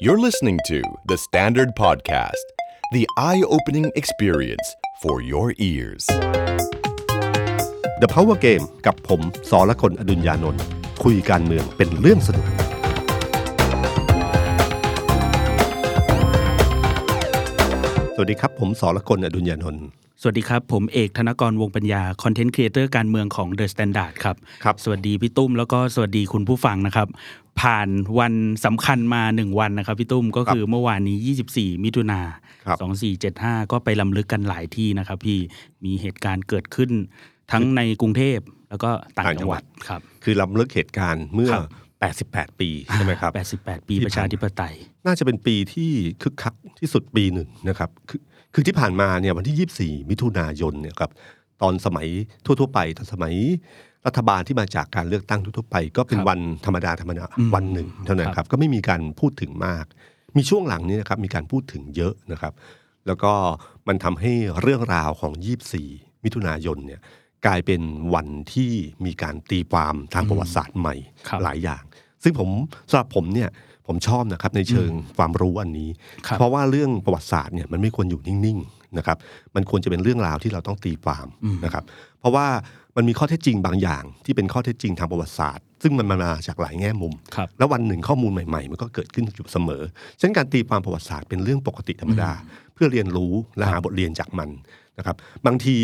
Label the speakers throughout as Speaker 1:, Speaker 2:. Speaker 1: You're listening to The Standard Podcast, the eye opening experience for your ears.
Speaker 2: The Power Game กับผมสอละคนอดุญญานนท์คุยการเมืองเป็นเรื่องสนุก สวัสดีครับ ผมสอละคนอดุญญานนท์
Speaker 3: สวัสดีครับ ผมเอกธนกรวงปัญญา คอนเทนต์ครีเอเตอร์การเมืองของ The Standard ครับ
Speaker 2: ครับ
Speaker 3: สวัสดีพี่ตุ้มแล้วก็สวัสดีคุณผู้ฟังนะครับ ผ่านวันสำคัญมา 1 วันนะครับพี่ตุ้มก็คือเมื่อวานนี้ 24 มิถุนา
Speaker 2: ครับ
Speaker 3: 2475 ก็ไปลำลึกกันหลายที่นะครับพี่มีเหตุการณ์เกิดขึ้นทั้งในกรุงเทพแล้วก็ต่างจังหวัดครับ
Speaker 2: คือล้ำลึกเหตุการณ์เมื่อ
Speaker 3: ครับ
Speaker 2: 88 ปีใช่ไหมครับ
Speaker 3: 88 ปี
Speaker 2: ที่
Speaker 3: ประชาธิปไตย
Speaker 2: น่าจะเป็นปีที่คึกคักที่สุดปีหนึ่งนะครับ คือคือที่ผ่านมาเนี่ยวันที่ 24 มิถุนายนเนี่ยครับตอนสมัยทั่วๆไปตอนสมัยรัฐบาลที่มาจากการเลือกตั้งทั่วๆไป ก็เป็น
Speaker 3: ครับ
Speaker 2: วันธรรมดาธรรมดา
Speaker 3: อืม
Speaker 2: วันหนึ่งเท่านั้
Speaker 3: ครั
Speaker 2: น
Speaker 3: บ
Speaker 2: ครับก็ไม่มีการพูดถึงมาก มีช่วงหลังนี้นะครับมีการพูดถึงเยอะนะครับ แล้วก็มันทำให้เรื่องราวของ 24 มิถุนายนเนี่ยกลายเป็นวันที่มีการตีความทางประวัติศาสตร์ใหม่
Speaker 3: ครับ
Speaker 2: หลายอย่าง ซึ่งผมสำหรับผมเนี่ยผมชอบนะครับในเชิงความรู้อันนี้
Speaker 3: ครับ
Speaker 2: เพราะว่าเรื่องประวัติศาสตร์เนี่ยมันไม่ควรอยู่นิ่งๆนะครับมันควรจะเป็นเรื่องราวที่เราต้องตีความ
Speaker 3: อืม
Speaker 2: นะครับเพราะว่ามันมีข้อเท็จจริงบางอย่าง ที่เป็นข้อเท็จจริงทางประวัติศาสตร์ ซึ่งมันมาจากหลายแง่มุม
Speaker 3: ครับ
Speaker 2: แล้ววันหนึ่งข้อมูลใหม่ๆ มันก็เกิดขึ้นอยู่เสมอ ฉะนั้นการตีความประวัติศาสตร์เป็นเรื่องปกติธรรมดา เพื่อเรียนรู้และหาบทเรียนจากมันนะครับ บางที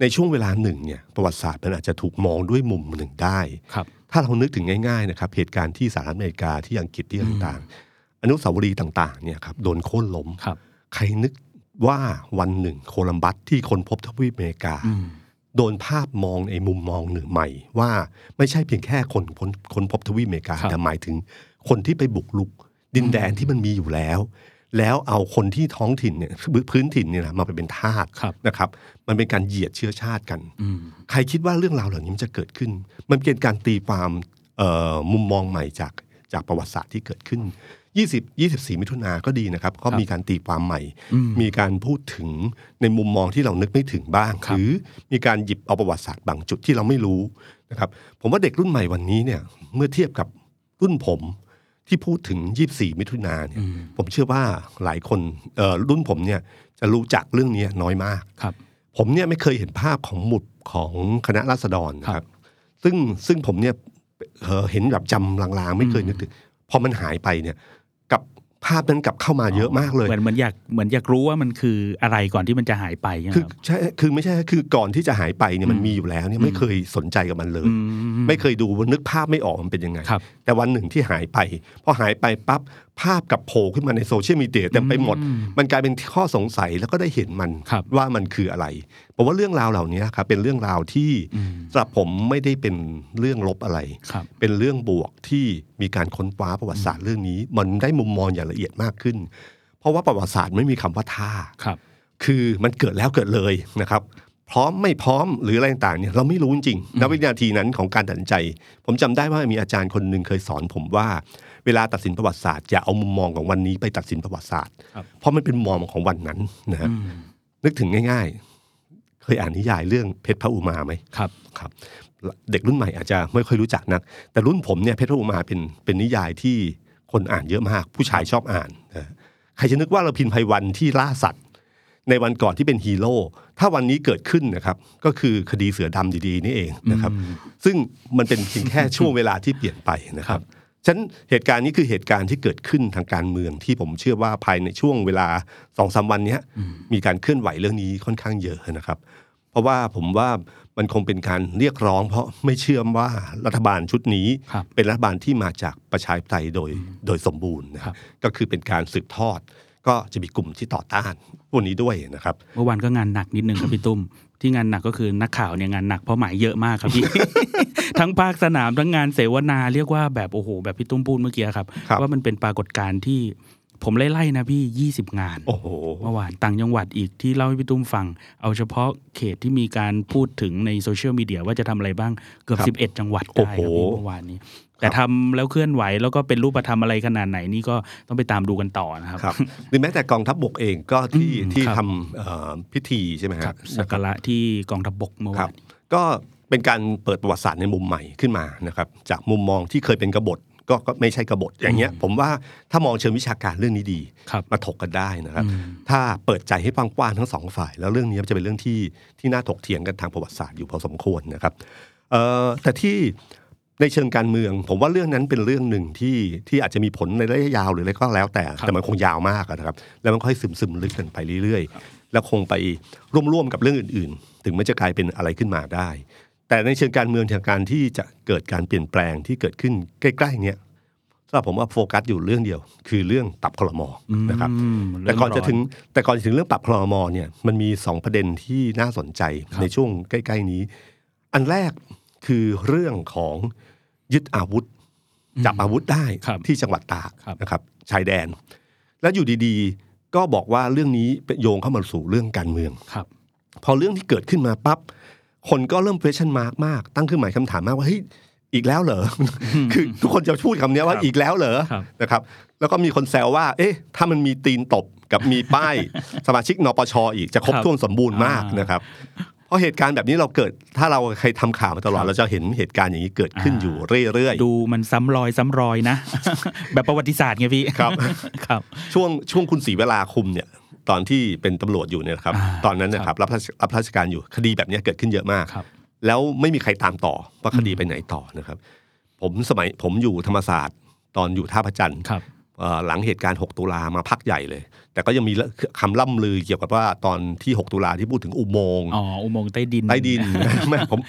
Speaker 2: ในช่วงเวลาหนึ่งเนี่ยประวัติศาสตร์มันอาจจะถูกมองด้วยมุมหนึ่งได้
Speaker 3: ครับ
Speaker 2: ถ้าเรานึกถึงง่ายๆนะครับเหตุการณ์ที่สหรัฐอเมริกาที่อังกฤษที่ต่างๆ อนุสาวรีย์ต่างๆเนี่ยครับโดนโค่นล้ม
Speaker 3: ครับ
Speaker 2: ใครนึกว่าวันหนึ่งโคลัมบัสที่คนพบทวีปอเมริกา
Speaker 3: อืม
Speaker 2: โดนภาพมองในมุมมองหนึ่งใหม่ ว่าไม่ใช่เพียงแค่คนคนคนพบทวีปอเมริกา
Speaker 3: ครับ
Speaker 2: แต่หมายถึงคนที่ไปบุกลุก ดินแดนที่มันมีอยู่แล้ว แล้วเอาคนที่ท้องถิ่นเนี่ยพื้นถิ่นเนี่ยนะมาเป็นทาส
Speaker 3: ครับ
Speaker 2: นะครับ มันเป็นการเหยียดเชื้อชาติกัน
Speaker 3: อืม
Speaker 2: ใครคิดว่าเรื่องราวเหล่านี้มันจะเกิดขึ้น มันเป็นการตีความเอ่อมุมมองใหม่จากจากประวัติศาสตร์ที่เกิดขึ้น 20 24 มิถุนาก็ดีนะครับ ก็มีการตีความใหม่ มีการพูดถึงในมุมมองที่เรานึกไม่ถึงบ้าง
Speaker 3: ครั
Speaker 2: ห
Speaker 3: บ
Speaker 2: รือมีการหยิบเอาประวัติศาสตร์บางจุดที่เราไม่รู้นะครับ ผมว่าเด็กรุ่นใหม่วันนี้เนี่ย เมื่อเทียบกับรุ่นผมที่พูดถึง 24 มิถุนาเนี่ย ผมเชื่อว่าหลายคนเอ่อรุ่นผมเนี่ยจะรู้จักเรื่องนี้น้อยมาก
Speaker 3: ครับ
Speaker 2: ผมเนี่ยไม่เคยเห็นภาพของหมุดของคณะราษฎรนะค
Speaker 3: ครั
Speaker 2: รับ
Speaker 3: บ
Speaker 2: ซึ่งซึ่งผมเนี่ยเอ่อเห็นแบบจำลางๆ ไม่เคยนึกถึงพอมันหายไปเนี่ยกับภาพนั้นกลับเข้ามาเยอะมากเลย
Speaker 3: เหมือนเหมือนอยากเหมือนอยากรู้ว่ามันคืออะไรก่อนที่มันจะหายไปใช่ไหม
Speaker 2: คือ
Speaker 3: ครับ
Speaker 2: ใช่คือไม่ใช่คือก่อนที่จะหายไปเนี่ยมัน
Speaker 3: อืม
Speaker 2: มีอยู่แล้วเนี่ยไม่เคยสนใจกับมันเลย
Speaker 3: อืม
Speaker 2: ไม่เคยดูนึกภาพไม่ออกมันเป็นยังไง
Speaker 3: ครับ
Speaker 2: แต่วันหนึ่งที่หายไป พอหายไปปั๊บภาพกลับโผล่ขึ้นมาในโซเชียลมีเดียเต็มไปหมด
Speaker 3: อืม
Speaker 2: มันกลายเป็นข้อสงสัยแล้วก็ได้เห็นมัน
Speaker 3: ครับ
Speaker 2: ว่ามันคืออะไรผมว่าเรื่องราวเหล่านี้ครับเป็นเรื่องราวที่
Speaker 3: อืม
Speaker 2: สำหรับผมไม่ได้เป็นเรื่องลบอะไร
Speaker 3: ครับ
Speaker 2: เป็นเรื่องบวกที่มีการค้นคว้าประวัติศาสตร์เรื่องนี้ มันได้มุมมองอย่างละเอียดมากขึ้น เพราะว่าประวัติศาสตร์ไม่มีคำว่าท่า
Speaker 3: ครับ
Speaker 2: คือมันเกิดแล้วเกิดเลยนะครับ พร้อมไม่พร้อมหรืออะไรต่างๆเนี่ยเราไม่รู้จริงๆณวินาทีนั้นของการตัดสินใจ ผมจำได้ว่ามีอาจารย์คนหนึ่งเคยสอนผมว่า เวลาตัดสินประวัติศาสตร์อย่าเอามุมมองของวันนี้ไปตัดสินประวัติศาสตร์
Speaker 3: ครับ
Speaker 2: เพราะมันเป็นมุมมองของวันนั้นนะฮะ
Speaker 3: อืม
Speaker 2: นึกถึงง่าย ๆ เคยอ่านนิยายเรื่องเพชรพระอุมาไหม
Speaker 3: ครับ
Speaker 2: ครับเด็กรุ่นใหม่อาจจะไม่ค่อยรู้จักนัก แต่รุ่นผมเนี่ยเพชรพระอุมาเป็นเป็นนิยายที่คนอ่านเยอะมาก ผู้ชายชอบอ่านนะใครจะนึกว่าเราพินไพวันที่ล่าสัตว์ ในวันก่อนที่เป็นฮีโร่ถ้าวันนี้เกิดขึ้นนะครับ ก็คือคดีเสือดำดีๆ นี่เองนะครับ ซึ่งมันเป็นเพียงแค่ ช่วงเวลาที่เปลี่ยนไปนะครับฉะนันเหตุการณ์นี้คือเหตุการณ์ที่เกิดขึ้นทางการเมืองที่ผมเชื่อว่าภายในช่วงเวลาสองสามวันเนี้ยมีการเคลื่อนไหวเรื่องนี้ค่อนข้างเยอะนะครับ เพราะว่าผมว่ามันคงเป็นการเรียกร้อง เพราะไม่เชื่อมว่ารัฐบาลชุดนี้
Speaker 3: ครับ
Speaker 2: เป็นรัฐบาลที่มาจากประชาธิปไตยโดยโดยสมบูรณ์นะค
Speaker 3: ครั
Speaker 2: รับบ ก็คือเป็นการสืบทอด ก็จะมีกลุ่มที่ต่อต้านพวกนี้ด้วยนะครับ
Speaker 3: เมื่อวานก็งานหนักนิดนึงครับพี่ตุ้ม ที่งานหนักก็คือนักข่าวเนี่ยงานหนักเพราะหมายเยอะมากครับพี่ ทั้งภาคสนามทั้งงานเสวนาเรียกว่าแบบโอ้โห แบบพี่ตุ้มพูดเมื่อกี้ครับ
Speaker 2: ครับ
Speaker 3: ว่ามันเป็นปรากฏการณ์ที่ผมไล่ๆนะพี่ 20 งาน
Speaker 2: โอ้โห
Speaker 3: เมื่อวานต่างจังหวัดอีกที่เล่าให้พี่ตุ้มฟัง เอาเฉพาะเขตที่มีการพูดถึงในโซเชียลมีเดียว่าจะทำอะไรบ้างเกือบ
Speaker 2: ครับ
Speaker 3: สิบ11 จังหวัดได้ครับ
Speaker 2: โอ้โห
Speaker 3: พี่เมื่อวานนี้ แต่ทำแล้วเคลื่อนไหวแล้วก็เป็นรูปธรรมอะไรขนาดไหนนี่ก็ต้องไปตามดูกันต่อนะครับ
Speaker 2: ครับหรือแม้แต่กองทัพบกเองก็ที่
Speaker 3: อืม
Speaker 2: ที่
Speaker 3: ครับ
Speaker 2: ทำเอ่อพิธีใช่ไหมฮะ
Speaker 3: ครับสักการะที่กองทัพบกเมื่
Speaker 2: คว
Speaker 3: อา
Speaker 2: รับ
Speaker 3: นนี้
Speaker 2: ก็เป็นการเปิดประวัติศาสตร์ในมุมใหม่ขึ้นมานะครับจากมุมมองที่เคยเป็นกบฏ ก็ก็ไม่ใช่กบฏอย่างเงี้ย ผมว่าถ้ามองเชิงวิชาการเรื่องนี้ดี
Speaker 3: ครับ
Speaker 2: มาถกกันได้นะครับ
Speaker 3: อืม
Speaker 2: ถ้าเปิดใจให้กว้างๆทั้งสองฝ่าย แล้วเรื่องนี้จะเป็นเรื่องที่ที่น่าถกเถียงกันทางประวัติศาสตร์อยู่พอสมควรนะครับเอ่อแต่ที่ในเชิงการเมือง ผมว่าเรื่องนั้นเป็นเรื่องหนึ่งที่ที่อาจจะมีผลในระยะยาวหรืออะไรก็แล้วแต่แต่มันคงยาวมากอะนะครับ แล้วมันค่อยซึมซึมๆลึกกันไปเรื่อยๆ แล้วคงไปร่วมร่วมๆกับเรื่องอื่น ๆ ถึงมันจะกลายเป็นอะไรขึ้นมาได้ แต่ในเชิงการเมืองทางการที่จะเกิดการเปลี่ยนแปลงที่เกิดขึ้นใกล้ๆเนี้ยสำหรับผมว่าโฟกัสอยู่เรื่องเดียว คือเรื่องปรับคลมอนะครับ
Speaker 3: อืม
Speaker 2: แต่ก่อน
Speaker 3: เรื่
Speaker 2: จะ
Speaker 3: ร้
Speaker 2: ถึงแต่ก่อนจะถึงเรื่องปรับคลมเนี่ยมันมีสองประเด็นที่น่าสนใจ
Speaker 3: ครับ
Speaker 2: ในช่วงใกล้ ๆนี้ อันแรกคือเรื่องของยึดอาวุธ จับอาวุธได้
Speaker 3: ครับ
Speaker 2: ที่จังหวัดตาก
Speaker 3: ครับ
Speaker 2: นะครับชายแดน แล้วอยู่ดีๆ ก็บอกว่าเรื่องนี้เป็นโยงเข้ามาสู่เรื่องการเมือง
Speaker 3: ครับ
Speaker 2: พอเรื่องที่เกิดขึ้นมาปั๊บคนก็เริ่ม question mark มากตั้งขึ้นหมายคำถามมากว่าเฮ้ยอีกแล้ว เหรอ คือทุกคนจะพูดคำเนี้ยว่า
Speaker 3: ครับ
Speaker 2: อีกแล้วเหรอ
Speaker 3: ครับ
Speaker 2: นะครับ แล้วก็มีคนแซวว่า เอ๊ะ ถ้ามันมีตีนตบกับมีป้าย สมาชิกนปชอีกจะครบ
Speaker 3: ครับ
Speaker 2: ถ้วนสมบูรณ์มาก
Speaker 3: อ่าน
Speaker 2: นะครับ เพราะเหตุการณ์แบบนี้เราเกิด ถ้าเราเคยทำข่าวมาตลอดเราจะเห็นเหตุการณ์อย่างนี้เกิดขึ้น
Speaker 3: อ่า
Speaker 2: อยู่เรื่อยๆ
Speaker 3: ดูมันซ้ำรอยซ้ำรอยนะ แบบประวัติศาสตร์ไงพี่
Speaker 2: ครับ
Speaker 3: ครับ
Speaker 2: ช่วงช่วงคุณศรีเวลาคุมเนี่ยตอนที่เป็นตำรวจอยู่เนี่ยนะครับ
Speaker 3: อ่า
Speaker 2: ตอนนั้นนะครับรับราชรับราชการอยู่คดีแบบเนี้ยเกิดขึ้นเยอะมาก
Speaker 3: ครับ
Speaker 2: แล้วไม่มีใครตามต่อว่าคดีไปไหนต่อนะครับ ผมสมัยผมอยู่ธรรมศาสตร์ ตอนอยู่ท่าพระจันทร์
Speaker 3: ครับ
Speaker 2: เอ่อหลังเหตุการณ์ 6 ตุลามาพักใหญ่เลย แต่ก็ยังมีคำล่ำลือเกี่ยวกับว่าตอนที่ 6 ตุลาที่พูดถึงอุโมงค์
Speaker 3: อ๋ออุโมงค์ใต้ดิน
Speaker 2: ใต้ ดิน แม่ผม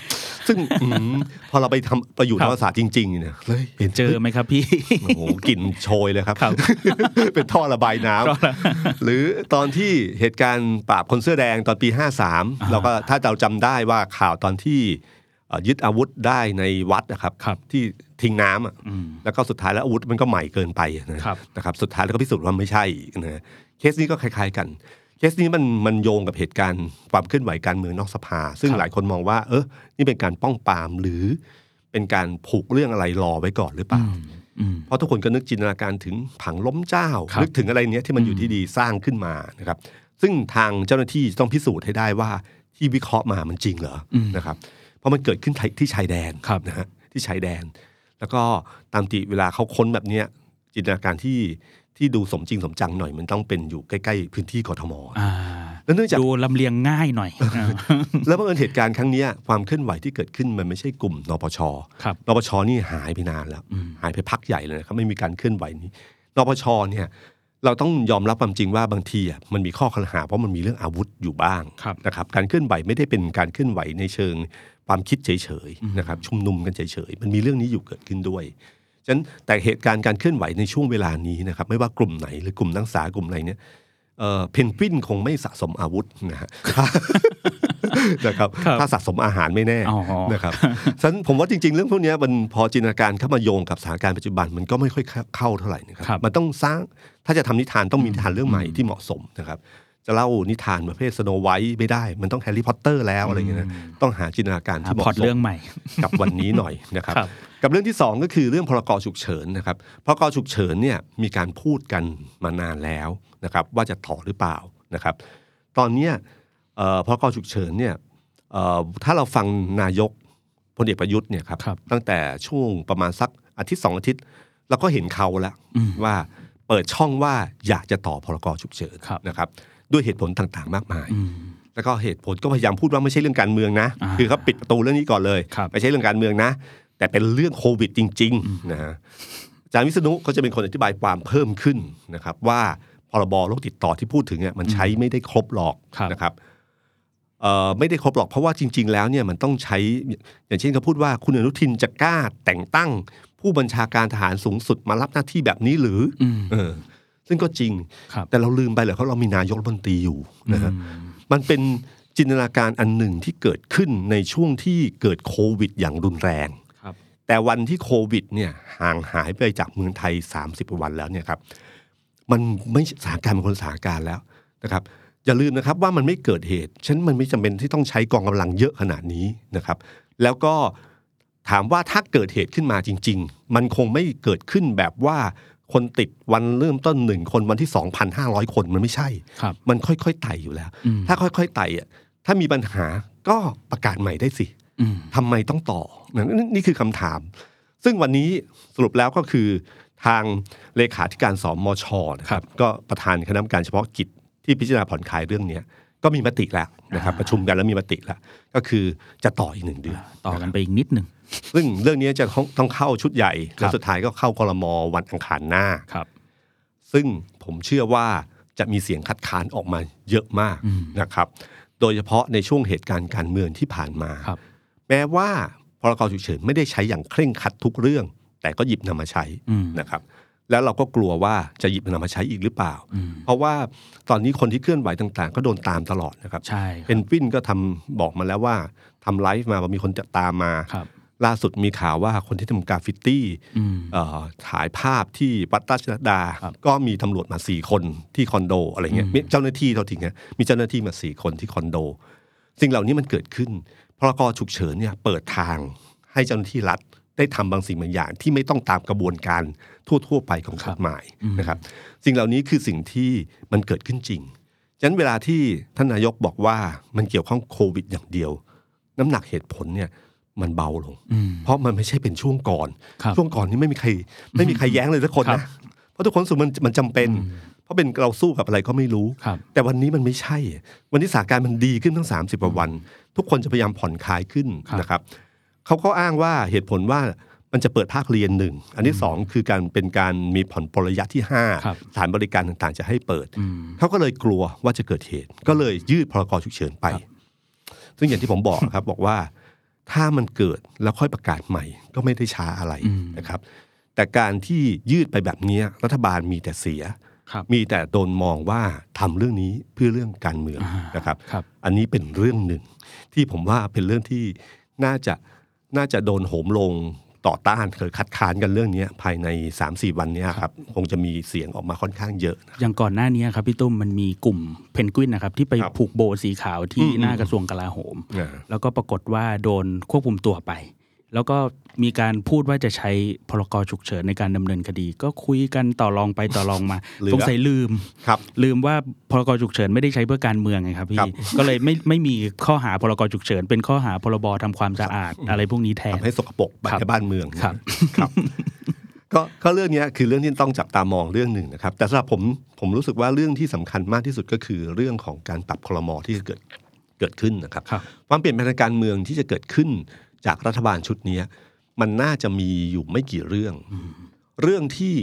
Speaker 2: ซึ่งอืมพอเราไปทำไปอยู่
Speaker 3: ครั
Speaker 2: ธ
Speaker 3: บ
Speaker 2: รรมศาสตร์จริงๆเนี่ยเฮ้ยเห็น
Speaker 3: เจอไหมครับพี่
Speaker 2: โอ้โหกลิ่นโชยเลยครับ
Speaker 3: ครับ
Speaker 2: เป็นท่อระบายน้ำ
Speaker 3: ก็ละ
Speaker 2: หรือตอนที่เหตุการณ์ปราบคนเสื้อแดงตอนปี 53 เราก็ถ้าเราจำได้ว่าข่าวตอนที่เอ่อยึดอาวุธได้ในวัดนะครับ
Speaker 3: ครับ
Speaker 2: ที่ทิ้งน้ำอะ
Speaker 3: อืม
Speaker 2: แล้วก็สุดท้ายแล้วอาวุธมันก็ใหม่เกินไปนะครับ นะครับสุดท้ายแล้วก็พิสูจน์ว่าไม่ใช่นะเคสนี้ก็คล้ายๆกัน เคสนี้มันมันโยงกับเหตุการณ์ความเคลื่อนไหวการเมืองนอกสภา ซึ่ง
Speaker 3: ครับ
Speaker 2: หลายคนมองว่า เออนี่เป็นการป้องปรามหรือเป็นการผูกเรื่องอะไรรอไว้ก่อนหรือเปล่า
Speaker 3: อืม
Speaker 2: เพราะทุกคนก็นึกจินตนาการถึงผังล้มเจ้า
Speaker 3: ครับ
Speaker 2: นึกถึงอะไรเนี้ยที่มันอยู่ที่ดีสร้างขึ้นมานะครับ ซึ่งทางเจ้าหน้าที่ต้องพิสูจน์ให้ได้ว่าที่วิเคราะห์มามันจริงเหรออ
Speaker 3: ม
Speaker 2: นะครับ เพราะมันเกิดขึ้นที่ชายแดน
Speaker 3: ครับ
Speaker 2: นะฮะที่ชายแดน แล้วก็ตามติเวลาเขาค้นแบบเนี้ยจินตนาการที่ที่ดูสมจริงสมจังหน่อยมันต้องเป็นอยู่ใกล้ๆพื้นที่กทม
Speaker 3: ่า
Speaker 2: แล้วเนื่องจาก
Speaker 3: ดูลำเลียงง่ายหน่อยอ่า
Speaker 2: แล้วบังเอิญเหตุการณ์ครั้งเนี้ยความเคลื่อนไหวที่เกิดขึ้นมันไม่ใช่กลุ่มนปช
Speaker 3: ครับ
Speaker 2: นปชนี่หายไปนานแล้ว
Speaker 3: อืม
Speaker 2: หายไปพักใหญ่เลยนะครับไม่มีการเคลื่อนไหวนี้นปชเนี่ยเราต้องยอมรับความจริงว่าบางทีอ่ะมันมีข้อคลหาเพราะมันมีเรื่องอาวุธอยู่บ้าง
Speaker 3: ครับ
Speaker 2: นะครับการเคลื่อนไหวไม่ได้เป็นการเคลื่อนไหวในเชิงความคิดเฉย
Speaker 3: อืม
Speaker 2: ๆนะครับชุมนุมกันเฉยๆมันมีเรื่องนี้อยู่เกิดขึ้นด้วยฉะนั้นแต่เหตุการณ์การเคลื่อนไหวในช่วงเวลานี้นะครับไม่ว่ากลุ่มไหนหรือกลุ่มนักศึกษากลุ่มอะไรเนี่ยเอ่อเพนกวินคงไม่สะสมอาวุธนะ ฮะ นะครับ
Speaker 3: ครับ
Speaker 2: ถ้าสะสมอาหารไม่แน่
Speaker 3: อ๋อ
Speaker 2: นะครับฉะนั้นผมว่าจริงๆ เรื่องพวกเนี้ยมันพอจินตนาการเข้ามาโยงกับสถานการณ์ปัจจุบันมันก็ไม่ค่อยเข้าเท่าไหร่นะครับ
Speaker 3: ครับ
Speaker 2: มันต้องสร้างถ้าจะทำนิทานต้องมีนิทานเรื่องใหม่ที่เหมาะสมนะครับ จะเล่านิทานประเภทสโนไวท์ไม่ได้ มันต้องแฮร์รี่พอตเตอร์แล้วอะไรอย่างเงี้ยนะ
Speaker 3: อืม
Speaker 2: ต้องหาจินตนาการที่เหมาะ
Speaker 3: พอด
Speaker 2: สม
Speaker 3: เรื่องใหม่
Speaker 2: กับวันนี้หน่อยนะครับ
Speaker 3: ครับ
Speaker 2: กับเรื่องที่ 2 ก็คือเรื่องพรกฉุกเฉินนะครับพรกฉุกเฉินเนี่ยมีการพูดกันมานานแล้วนะครับ ว่าจะถอดหรือเปล่านะครับ ตอนเนี้ยเอ่อพรกฉุกเฉินเนี่ยเอ่อถ้าเราฟังนายกพลเอกประยุทธ์เนี่ยครับ
Speaker 3: ครับ
Speaker 2: ตั้งแต่ช่วงประมาณสักอาทิตย์สองอาทิตย์เราก็เห็นเขาแล้ว
Speaker 3: อืม
Speaker 2: ว่าเปิดช่องว่าอยากจะต่อพรกฉุกเฉิน
Speaker 3: ครับ
Speaker 2: นะครับ ด้วยเหตุผลต่างๆ มากมาย
Speaker 3: อืม
Speaker 2: แล้วก็เหตุผลก็พยายามพูดว่าไม่ใช่เรื่องการเมืองนะ
Speaker 3: อ่า
Speaker 2: คือเขาปิดประตูเรื่องนี้ก่อนเลย
Speaker 3: ครับ
Speaker 2: ไม่ใช่เรื่องการเมืองนะ แต่เป็นเรื่องโควิดจริงๆนะฮะอาจารย์วิษณุก็จะเป็นคนอธิบายความเพิ่มขึ้นนะครับ ว่าพรบโรคติดต่อที่พูดถึงเนี่ยมันใช้ไม่ได้ครบหรอกนะครับเอ่อไม่ได้ครบหรอกเพราะว่าจริง ๆ แล้วเนี่ยมันต้องใช้อย่างเช่นเขาพูดว่าคุณอนุทินจะกล้าแต่งตั้ง ผู้บัญชาการทหารสูงสุดมารับหน้าที่แบบนี้หรืออ
Speaker 3: อืม
Speaker 2: เออ ซึ่งก็จริง
Speaker 3: ครับ
Speaker 2: แต่เราลืมไปเหรอเขาเรามีนายกรัฐมนตรีอยู่นะฮะ
Speaker 3: อืม
Speaker 2: มันเป็นจินตนาการอันหนึ่งที่เกิดขึ้นในช่วงที่เกิดโควิดอย่างรุนแรง
Speaker 3: ครับ
Speaker 2: แต่วันที่โควิดเนี่ยห่างหายไปจากเมืองไทย 30กว่าวันแล้วเนี่ยครับ มันไม่สถานการณ์เป็นคนละสถานการณ์แล้วนะครับ อย่าลืมนะครับว่ามันไม่เกิดเหตุฉะนันมันไม่จำเป็นที่ต้องใช้กองกำลังเยอะขนาดนี้นะครับ แล้วก็ถามว่าถ้าเกิดเหตุขึ้นมาจริง ๆ มันคงไม่เกิดขึ้นแบบว่าคนติดวันเริ่มต้นหนึ่งคนวันที่ 2,500 คนมันไม่ใช่
Speaker 3: ครับ
Speaker 2: มันค่อยๆไต่อยู่แล้ว
Speaker 3: อืม
Speaker 2: ถ้าค่อยๆไต่อะถ้ามีปัญหาก็ประกาศใหม่ได้สิ
Speaker 3: อืม
Speaker 2: ทำไมต้องต่อนั่นนี่คือคำถาม ซึ่งวันนี้สรุปแล้วก็คือทางเลขาธิการสมชนะค
Speaker 3: ครั
Speaker 2: รับบ ก็ประธานคณะกรรมการเฉพาะกิจที่พิจารณาผ่อนคลายเรื่องเนี้ยก็มีมติแล้วนะครับประชุมกันแล้วมีมติแล้ว ก็คือจะต่ออีกหนึ่งเดือน
Speaker 3: ต่อกันไปอีกนิดหนึ่ง
Speaker 2: ซึ่งเรื่องนี้จะต้องต้องเข้าชุดใหญ่
Speaker 3: ครั
Speaker 2: และ
Speaker 3: บ
Speaker 2: สุดท้ายก็เข้าคลมวันอังคารหน้า
Speaker 3: ครับ
Speaker 2: ซึ่งผมเชื่อว่าจะมีเสียงคัดค้านออกมาเยอะมาก
Speaker 3: อืม
Speaker 2: นะครับ โดยเฉพาะในช่วงเหตุการณ์การเมืองที่ผ่านมา
Speaker 3: ครับ
Speaker 2: แม้ว่าพรกฉุกเฉินไม่ได้ใช้อย่างเคร่งครัดทุกเรื่อง แต่ก็หยิบนำมาใช้
Speaker 3: อืม
Speaker 2: นะครับ แล้วเราก็กลัวว่าจะหยิบนำมาใช้อีกหรือเปล่า
Speaker 3: อืม
Speaker 2: เพราะว่าตอนนี้คนที่เคลื่อนไหวต่างๆ ก็โดนตามตลอดนะครับ
Speaker 3: ใช่ค
Speaker 2: เพ
Speaker 3: รับ
Speaker 2: นกวินก็ทำบอกมาแล้วว่าทำไลฟ์มาว่ามีคนจะตามมา
Speaker 3: ครับ
Speaker 2: ล่าสุดมีข่าวว่าคนที่ทำกราฟฟิตี้
Speaker 3: อืม
Speaker 2: เอ่อถ่ายภาพที่วัดราชดา
Speaker 3: ครับ
Speaker 2: ก็มีตำรวจมาสี่คนที่คอนโดอะไรเงี้ย
Speaker 3: อืม
Speaker 2: มีเจ้าหน้าที่เราทิ้งนะมีเจ้าหน้าที่มาสี่คนที่คอนโด สิ่งเหล่านี้มันเกิดขึ้นพรกฉุกเฉินเนี่ยเปิดทางให้เจ้าหน้าที่รัฐได้ทำบางสิ่งบางอย่างที่ไม่ต้องตามกระบวนการทั่วๆไปของกฎหมายนะครับ สิ่งเหล่านี้คือสิ่งที่มันเกิดขึ้นจริงฉะนั้นเวลาที่ท่านนายกบอกว่ามันเกี่ยวข้องโควิดอย่างเดียว น้ำหนักเหตุผลเนี่ยมันเบาลง
Speaker 3: อืม
Speaker 2: เพราะมันไม่ใช่เป็นช่วงก่อน
Speaker 3: ครับ
Speaker 2: ช่วงก่อนนี่ไม่มีใคร ไม่มีใครแย้งเลยสักคน
Speaker 3: ครั
Speaker 2: นะ
Speaker 3: บ
Speaker 2: เพราะทุกคนรู้สูมันมันจำเป็น เพราะเป็นเราสู้กับอะไรก็ไม่รู้
Speaker 3: ครับ
Speaker 2: แต่วันนี้มันไม่ใช่ วันนี้สถานการณ์มันดีขึ้นทั้ง 30กว่าวัน ทุกคนจะพยายามผ่อนคลายขึ้น
Speaker 3: ครับ
Speaker 2: นะครับเขาก็อ้างว่าเหตุผลว่ามันจะเปิดภาคเรียนหนึ่ง อันที่สองคือการเป็นการมีผ่อนปลนระยะที่ห้า
Speaker 3: ครับ
Speaker 2: สถานบริการต่างๆ จะให้เปิด
Speaker 3: อืม
Speaker 2: เขาก็เลยกลัวว่าจะเกิดเหตุ ก็เลยยืดพรกฉุกเฉินไป ซึ่งอย่างที่ผมบอก ครับ บอกว่าถ้ามันเกิดแล้วค่อยประกาศใหม่ ก็ไม่ได้ช้าอะไร
Speaker 3: อืม
Speaker 2: นะครับ แต่การที่ยืดไปแบบเนี้ยรัฐบาลมีแต่เสีย
Speaker 3: ครับ
Speaker 2: มีแต่โดนมองว่าทำเรื่องนี้เพื่อเรื่องการเมืองนะครับ
Speaker 3: ครับ
Speaker 2: อันนี้เป็นเรื่องหนึ่ง ที่ผมว่าเป็นเรื่องที่น่าจะน่าจะโดนโหมลงต่อต้านเคยคัดค้านกันเรื่องเนี้ยภายใน 3-4 วันเนี้ยครับคงจะมีเสียงออกมาค่อนข้างเยอะ
Speaker 3: อย่างก่อนหน้านี้ครับพี่ตุ้มมันมีกลุ่มเพนกวินนะครับที่ไป
Speaker 2: ครับ
Speaker 3: ผูกโบสีขาวที่
Speaker 2: อืม
Speaker 3: หน้ากระทรวงกลาโหม
Speaker 2: อ่า
Speaker 3: แล้วก็ปรากฏว่าโดนควบคุมตัวไป แล้วก็มีการพูดว่าจะใช้พรกฉุกเฉินในการดำเนินคดี ก็คุยกันต่อรองไปต่อรองมา
Speaker 2: เหลือ
Speaker 3: สงสัยลืม
Speaker 2: ครับ
Speaker 3: ลืมว่าพรกฉุกเฉินไม่ได้ใช้เพื่อการเมืองไงครับพี่
Speaker 2: ครับ
Speaker 3: ก็เลยไม่ไม่มีข้อหาพรกฉุกเฉิน เป็นข้อหาพรบทำความสะอาดอะไรพวกนี้แทน
Speaker 2: ทำให้สกปรกไป
Speaker 3: ครับ
Speaker 2: ในบ้านเมือง
Speaker 3: ครับ
Speaker 2: ครับ ก็ก็เรื่องเนี้ยคือเรื่องที่ต้องจับตามองเรื่องหนึ่งนะครับ แต่สำหรับผมผมรู้สึกว่าเรื่องที่สำคัญมากที่สุดก็คือเรื่องของการปรับคลมอที่จะเกิดเกิดขึ้นนะครับ
Speaker 3: ครับ
Speaker 2: ความเปลี่ยนแปลงทางการเมืองที่จะเกิดขึ้นจากรัฐบาลชุดเนี้ยมันน่าจะมีอยู่ไม่กี่เรื่อง เรื่องที่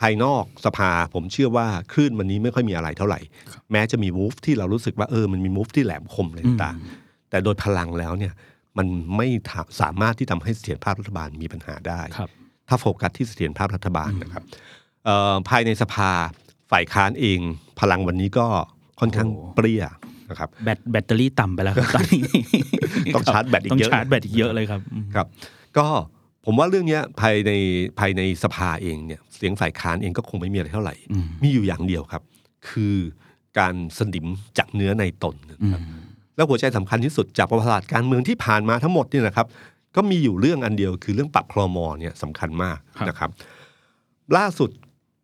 Speaker 2: ภายนอกสภาผมเชื่อว่าคลื่นวันนี้ไม่ค่อยมีอะไรเท่าไหร่ แม้จะมีมูฟที่เรารู้สึกว่าเออมันมีมูฟที่แหลมคมอะไรต่างๆแต่โดยพลังแล้วเนี่ยมันไม่ทำสามารถที่ทำให้เสถียรภาพรัฐบาลมีปัญหาได้
Speaker 3: ครับ
Speaker 2: ถ้าโฟกัสที่เสถียรภาพรัฐบาลนะครับเอ่อภายในสภาฝ่ายค้านเอง พลังวันนี้ก็ค่อนข้าง
Speaker 3: โอ้
Speaker 2: เปรี้ยนะครับ
Speaker 3: แบตแบตเตอรี่ต่ำไป แล้วครับตอนนี้
Speaker 2: ต้องชาร์จแบตอีก
Speaker 3: ต้ง
Speaker 2: เยอะ
Speaker 3: ชาร์จแบตอีกเยอะเลยครับอืม
Speaker 2: ครับก็ผมว่าเรื่องเนี้ยภายในภายในสภาเองเนี่ยเสียงฝ่ายค้านเองก็คงไม่มีอะไรเท่าไหร่
Speaker 3: อืม
Speaker 2: มีอยู่อย่างเดียวครับ คือการสนิมจากเนื้อในตน
Speaker 3: อื
Speaker 2: นะครับ
Speaker 3: ม
Speaker 2: แล้วหัวใจสำคัญที่สุดจากประวัติศาสตร์การเมืองที่ผ่านมาทั้งหมดเนี่ยนะครับ ก็มีอยู่เรื่องอันเดียวคือเรื่องปรับคลมอเนี่ยสำคัญมากนะครับ ล่าสุด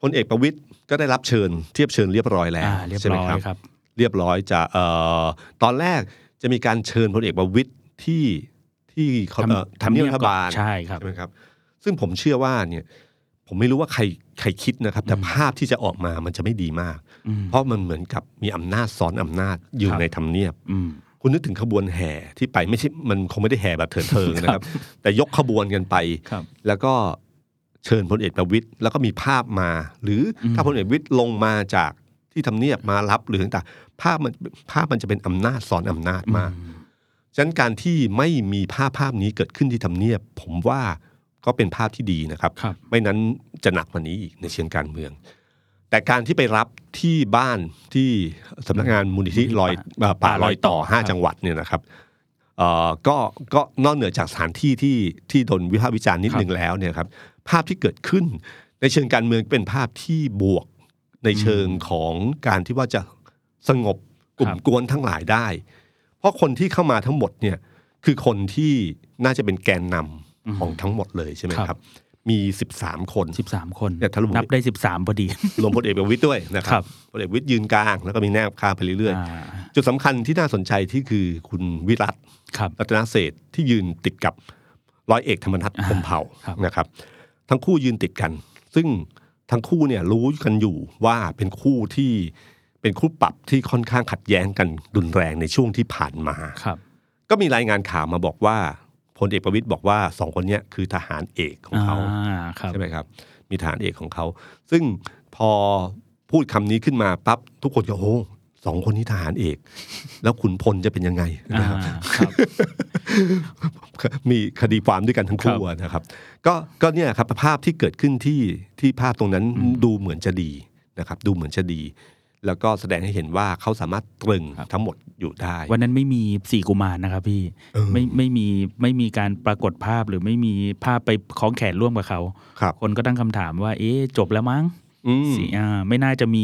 Speaker 2: พลเอกประวิตยก็ได้รับเชิญ เทียบเชิญเรียบร้อยแล้ว
Speaker 3: อ่าเรียบ
Speaker 2: ใช่ไหม
Speaker 3: ร้อย
Speaker 2: ครับ
Speaker 3: ครับ
Speaker 2: เรียบร้อยจะเอ่อตอนแรกจะมีการเชิญพลเอกประวิตยที่ที่เขา
Speaker 3: ทำ
Speaker 2: เอ่อทำเนียบรัฐบาล
Speaker 3: ใช่ครับ
Speaker 2: ไหมครับ ซึ่งผมเชื่อว่าเนี่ยผมไม่รู้ว่าใครใครคิดนะครับ แต่ภาพที่จะออกมามันจะไม่ดีมาก
Speaker 3: อืม
Speaker 2: เพราะมันเหมือนกับมีอำนาจซ้อนอำนาจอยู่
Speaker 3: ครับ
Speaker 2: ในทำเนียบ
Speaker 3: อืม
Speaker 2: คุณนึกถึงขบวนแห่ที่ไปไม่ใช่มันคงไม่ได้แห่แบบเถิดเทิง นะครับ แต่ยกขบวนกันไป
Speaker 3: ครับ
Speaker 2: แล้วก็เชิญพลเอกประวิตยแล้วก็มีภาพมา หรืออ
Speaker 3: ม
Speaker 2: ถ้าพลเอกประวิตยลงมาจากที่ทำเนียบมารับหรือต่างๆภาพมันภาพมันจะเป็นอำนาจซ้อนอำนาจมากฉะนั้นการที่ไม่มีภาพภาพนี้เกิดขึ้นที่ทำเนียบ ผมว่าก็เป็นภาพที่ดีนะครับ
Speaker 3: ครับ
Speaker 2: ไม่นั้นจะหนักกว่านี้อีกในเชิงการเมือง แต่การที่ไปรับที่บ้านที่สำนักงานมูลนิธิลอยเอ่อป่าลอยต่อ
Speaker 3: ครับ
Speaker 2: 5 จังหวัดเนี่ยนะครับเอ่อก็ก็นอกเหนือจากสถานที่ที่ที่โดนวิพากษ์วิจารณ์นิดนึงแล้วเนี่ยครับภาพที่เกิดขึ้นในเชิงการเมืองเป็นภาพที่บวกในเชิงของการที่ว่าจะสงบกลุ่มกวนทั้งหลายได้ เพราะคนที่เข้ามาทั้งหมดเนี่ยคือคนที่น่าจะเป็นแกนนำของทั้งหมดเลยใช่ไหม
Speaker 3: ครับ
Speaker 2: ครับ มี 13 คน
Speaker 3: สิบสามคน
Speaker 2: เนี่ยถ้ารู้
Speaker 3: นับได้สิบสามพอดี
Speaker 2: รวมพลเอกประวิตยด้วยนะค
Speaker 3: ครั
Speaker 2: รับบ พลเอกประวิตยยืนกลางแล้วก็มีแนบคางไปเรื่อย
Speaker 3: อ่า
Speaker 2: ๆ จุดสำคัญที่น่าสนใจที่คือคุณวิรัต
Speaker 3: ครับ
Speaker 2: รัตนเศรษฐ์ที่ยืนติดกับ ร้อยเอกธรรมนัฐพรหมเผ่า
Speaker 3: ครับ
Speaker 2: นะครับ ทั้งคู่ยืนติดกัน ซึ่งทั้งคู่เนี่ยรู้กันอยู่ว่าเป็นคู่ที่เป็นคู่ปรับที่ค่อนข้างขัดแย้งกันรุนแรงในช่วงที่ผ่านมา
Speaker 3: ครับ
Speaker 2: ก็มีรายงานข่าวมาบอกว่าพลเอกประวิตยบอกว่าสองคนเนี้ยคือทหารเอกของ
Speaker 3: อ่า
Speaker 2: เขา
Speaker 3: ครับ
Speaker 2: ใช่ไหมครับ มีฐานเอกของเขา ซึ่งพอพูดคำนี้ขึ้นมาปั๊บทุกคนก็โอ้สองคนนี้ทหารเอก แล้วขุนพลจะเป็นยังไง
Speaker 3: อ่า
Speaker 2: นะครับ
Speaker 3: ครับ
Speaker 2: มีคดีความด้วยกันทั้งคู่
Speaker 3: ครับ
Speaker 2: นะครับ ก็ก็เนี่ยครับภาพที่เกิดขึ้นที่ที่ภาพตรงนั้น
Speaker 3: อืม
Speaker 2: ดูเหมือนจะดีนะครับ ดูเหมือนจะดี แล้วก็แสดงให้เห็นว่าเขาสามารถตรึง
Speaker 3: ครับ
Speaker 2: ทั้งหมดอยู่ได้
Speaker 3: วันนั้นไม่มีสี่กุมารนะครับพี่
Speaker 2: เออ
Speaker 3: ไม่ไม่มีไม่มีการปรากฏภาพหรือไม่มีภาพไปคล้องแขนร่วมกับเขา
Speaker 2: ครับ
Speaker 3: คนก็ตั้งคำถามว่า เอ๊ะจบแล้วมั้ง
Speaker 2: อืม
Speaker 3: สีอ่าไม่น่าจะมี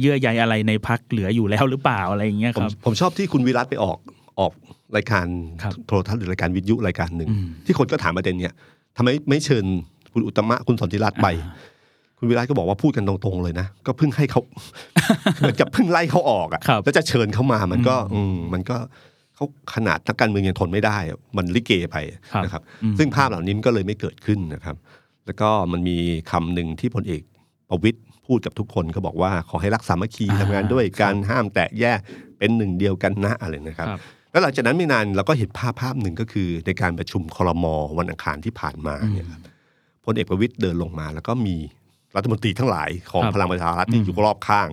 Speaker 3: เยื่อใยอะไรในพักเหลืออยู่แล้วหรือเปล่าอะไรอย่างเงี้ย
Speaker 2: ผ
Speaker 3: ค
Speaker 2: ม
Speaker 3: รับ
Speaker 2: ผมชอบที่คุณวิรัตไปออกออกรายการ
Speaker 3: ครับ
Speaker 2: โทรทัศน์หรือรายการวิทยุรายการหนึ่ง
Speaker 3: อืม
Speaker 2: ที่คนก็ถามประเด็นเนี่ยทำไมไม่เชิญคุณอุตมะคุณสนธิรัตน์ไป คุณวิรัตก็บอกว่าพูดกันตรงๆเลยนะ ก็เพิ่งให้เขา เหมือนกับเพิ่งไล่เขาออก
Speaker 3: ครั
Speaker 2: อะ่ะ
Speaker 3: บ
Speaker 2: แล้วจะเชิญเขามามันก็อืมมันก็เขาขนาดนักการเมืองยังทนไม่ได้อะมันลิเกไป
Speaker 3: ครับ
Speaker 2: นะครับ
Speaker 3: อืม
Speaker 2: ซึ่งภาพเหล่านี้มันก็เลยไม่เกิดขึ้นนะครับ แล้วก็มันมีคำหนึ่งที่พลเอกประวิตยพูดกับทุกคนก็บอกว่าขอให้รักสามัคคีทำงานด้วยการห้ามแตะแยกเป็นหนึ่งเดียวกันนะอะไรนะครับ
Speaker 3: ครับ
Speaker 2: แล้วหลังจากนั้นไม่นานเราก็เห็นภาพภาพหนึ่งก็คือในการประชุมครมวันอังคารที่ผ่านมาเนี่ยครับพลเอกประวิตยเดินลงมา แล้วก็มีรัฐมนตรีทั้งหลายของ
Speaker 3: ครับ
Speaker 2: พลังประชารัฐที่
Speaker 3: อื
Speaker 2: อ
Speaker 3: ม
Speaker 2: ยู่รอบข้าง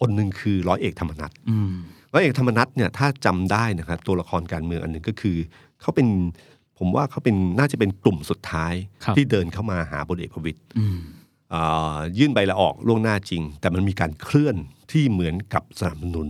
Speaker 2: คนหนึ่งคือร้อยเอกธรรมนัฐ
Speaker 3: อืม
Speaker 2: ร้อยเอกธรรมนัฐเนี่ยถ้าจำได้นะครับตัวละครการเมืองอันหนึ่งก็คือเขาเป็นผมว่าเขาเป็นน่าจะเป็นกลุ่มสุดท้าย
Speaker 3: ครับ
Speaker 2: ที่เดินเข้ามาหาพลเอกประวิตย
Speaker 3: อืม
Speaker 2: อ่ายื่นใบละออกล่วงหน้าจริง แต่มันมีการเคลื่อนที่เหมือนกับสนับสนุน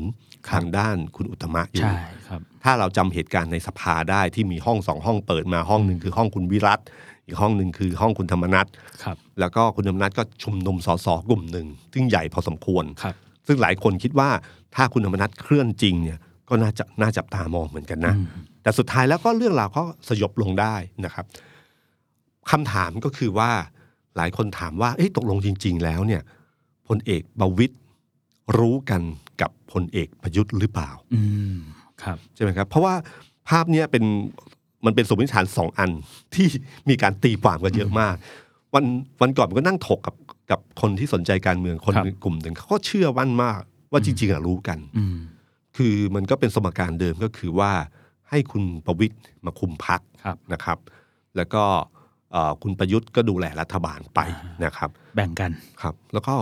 Speaker 3: ครับ
Speaker 2: ทางด้านคุณอุตตมะอยู่
Speaker 3: ใช่ครับ
Speaker 2: ถ้าเราจำเหตุการณ์ในสภาได้ที่มีห้องสองห้องเปิดมาห้องหนึ่งคือห้องคุณวิรัตอีกห้องหนึ่งคือห้องคุณธรรมนัท
Speaker 3: ครับ
Speaker 2: แล้วก็คุณธรรมนัทก็ชุมนุมสสกลุ่มหนึ่งซึ่งใหญ่พอสมควร
Speaker 3: ครับ
Speaker 2: ซึ่งหลายคนคิดว่าถ้าคุณธรรมนัทเคลื่อนจริงเนี่ยก็น่าจะน่าจับตามองเหมือนกันนะ
Speaker 3: อืม
Speaker 2: แต่สุดท้ายแล้วก็เรื่องราวก็สยบลงได้นะครับคำถามก็คือว่าหลายคนถามว่าเอ๊ะตกลงจริง ๆ แล้วเนี่ยพลเอกประวิตยรู้กันกับพลเอกประยุทธ์หรือเปล่า
Speaker 3: อืมครับ
Speaker 2: ใช่ไหมครับ เพราะว่าภาพเนี้ยเป็นมันเป็นสมมติฐานสองอันที่มีการตีความกันเยอะมาก วันวันก่อนผมก็นั่งถกกับกับคนที่สนใจการเมืองคน
Speaker 3: ครับ
Speaker 2: กลุ่มหนึ่งเขาก็เชื่อวันมากว่าจริงๆอะรู้กัน
Speaker 3: อืม
Speaker 2: คือมันก็เป็นสมการเดิมก็คือว่าให้คุณประวิตยมาคุมพัก
Speaker 3: ครับ
Speaker 2: นะครับ แล้วก็เอ่อคุณประยุทธ์ก็ดูแลรัฐบาลไปนะครับ
Speaker 3: แบ่งกัน
Speaker 2: ครับ แล้วก็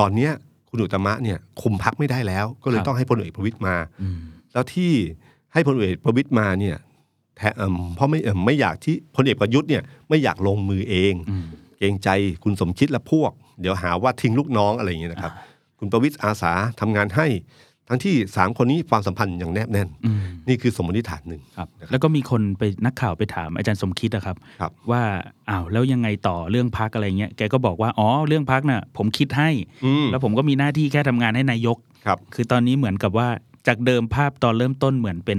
Speaker 2: ตอนเนี้ยคุณอุตตมะเนี่ยคุมพักไม่ได้แล้ว ก็เลย
Speaker 3: ครับ
Speaker 2: ต้องให้พลเอกประวิตยมา
Speaker 3: อืม
Speaker 2: แล้วที่ให้พลเอกประวิตยมาเนี่ยแทเอิ่มเพราะไม่เอิ่มไม่อยากที่พลเอกประยุทธ์เนี่ยไม่อยากลงมือเอง
Speaker 3: อืม
Speaker 2: เกรงใจคุณสมคิดและพวก เดี๋ยวหาว่าทิ้งลูกน้องอะไรอย่างเงี้ยนะครับ คุณประวิตยอาสาทำงานให้ ทั้งที่สามคนนี้ความสัมพันธ์อย่างแนบแน่น
Speaker 3: อืม
Speaker 2: นี่คือสมมติฐานหนึ่ง
Speaker 3: ครับแล้วก็มีคนไปนักข่าวไปถามอาจารย์สมคิดอะครับ
Speaker 2: ครับ
Speaker 3: ว่าอ้าวแล้วยังไงต่อเรื่องพักอะไรเงี้ยแกก็บอกว่าอ๋อเรื่องพักน่ะผมคิดให้
Speaker 2: อืม
Speaker 3: แล้วผมก็มีหน้าที่แค่ทำงานให้นายก
Speaker 2: ครับ
Speaker 3: คือตอนนี้เหมือนกับว่าจากเดิมภาพตอนเริ่มต้นเหมือนเป็น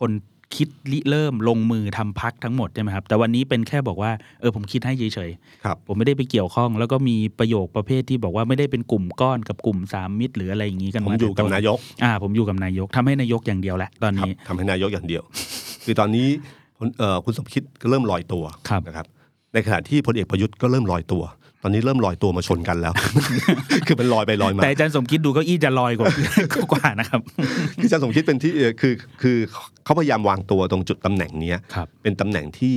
Speaker 3: คนคิดริเริ่มลงมือทำพักทั้งหมดใช่ไหมครับ แต่วันนี้เป็นแค่บอกว่าเออผมคิดให้เฉย
Speaker 2: ครับ
Speaker 3: ๆผมไม่ได้ไปเกี่ยวข้อง แล้วก็มีประโยคประเภทที่บอกว่าไม่ได้เป็นกลุ่มก้อนกับกลุ่มสามมิตรหรืออะไรอย่างนี้กัน
Speaker 2: ผมอยู่กับนายก
Speaker 3: อ่าผมอยู่กับนายกทำให้นายกอย่างเดียวแหละตอน
Speaker 2: ครับ
Speaker 3: นี้
Speaker 2: ทำให้นายกอย่างเดียว คือตอนนี้พลเอ่อคุณสมคิดก็เริ่มลอยตัว
Speaker 3: ครับ
Speaker 2: นะครับ ในขณะที่พลเอกประยุทธ์ก็เริ่มลอยตัว ตอนนี้เริ่มลอยตัวมาชนกันแล้ว คือมันลอยไปลอยมา
Speaker 3: แต่อาจารย์สมคิดดูเก้าอี้จะลอยกว่า กว่านะครับ
Speaker 2: คืออาจารย์สมคิดเป็นที่เอ่อคือคือเขาพยายามวางตัวตรงจุดตำแหน่งเนี้ย
Speaker 3: ครับ
Speaker 2: เป็นตำแหน่งที่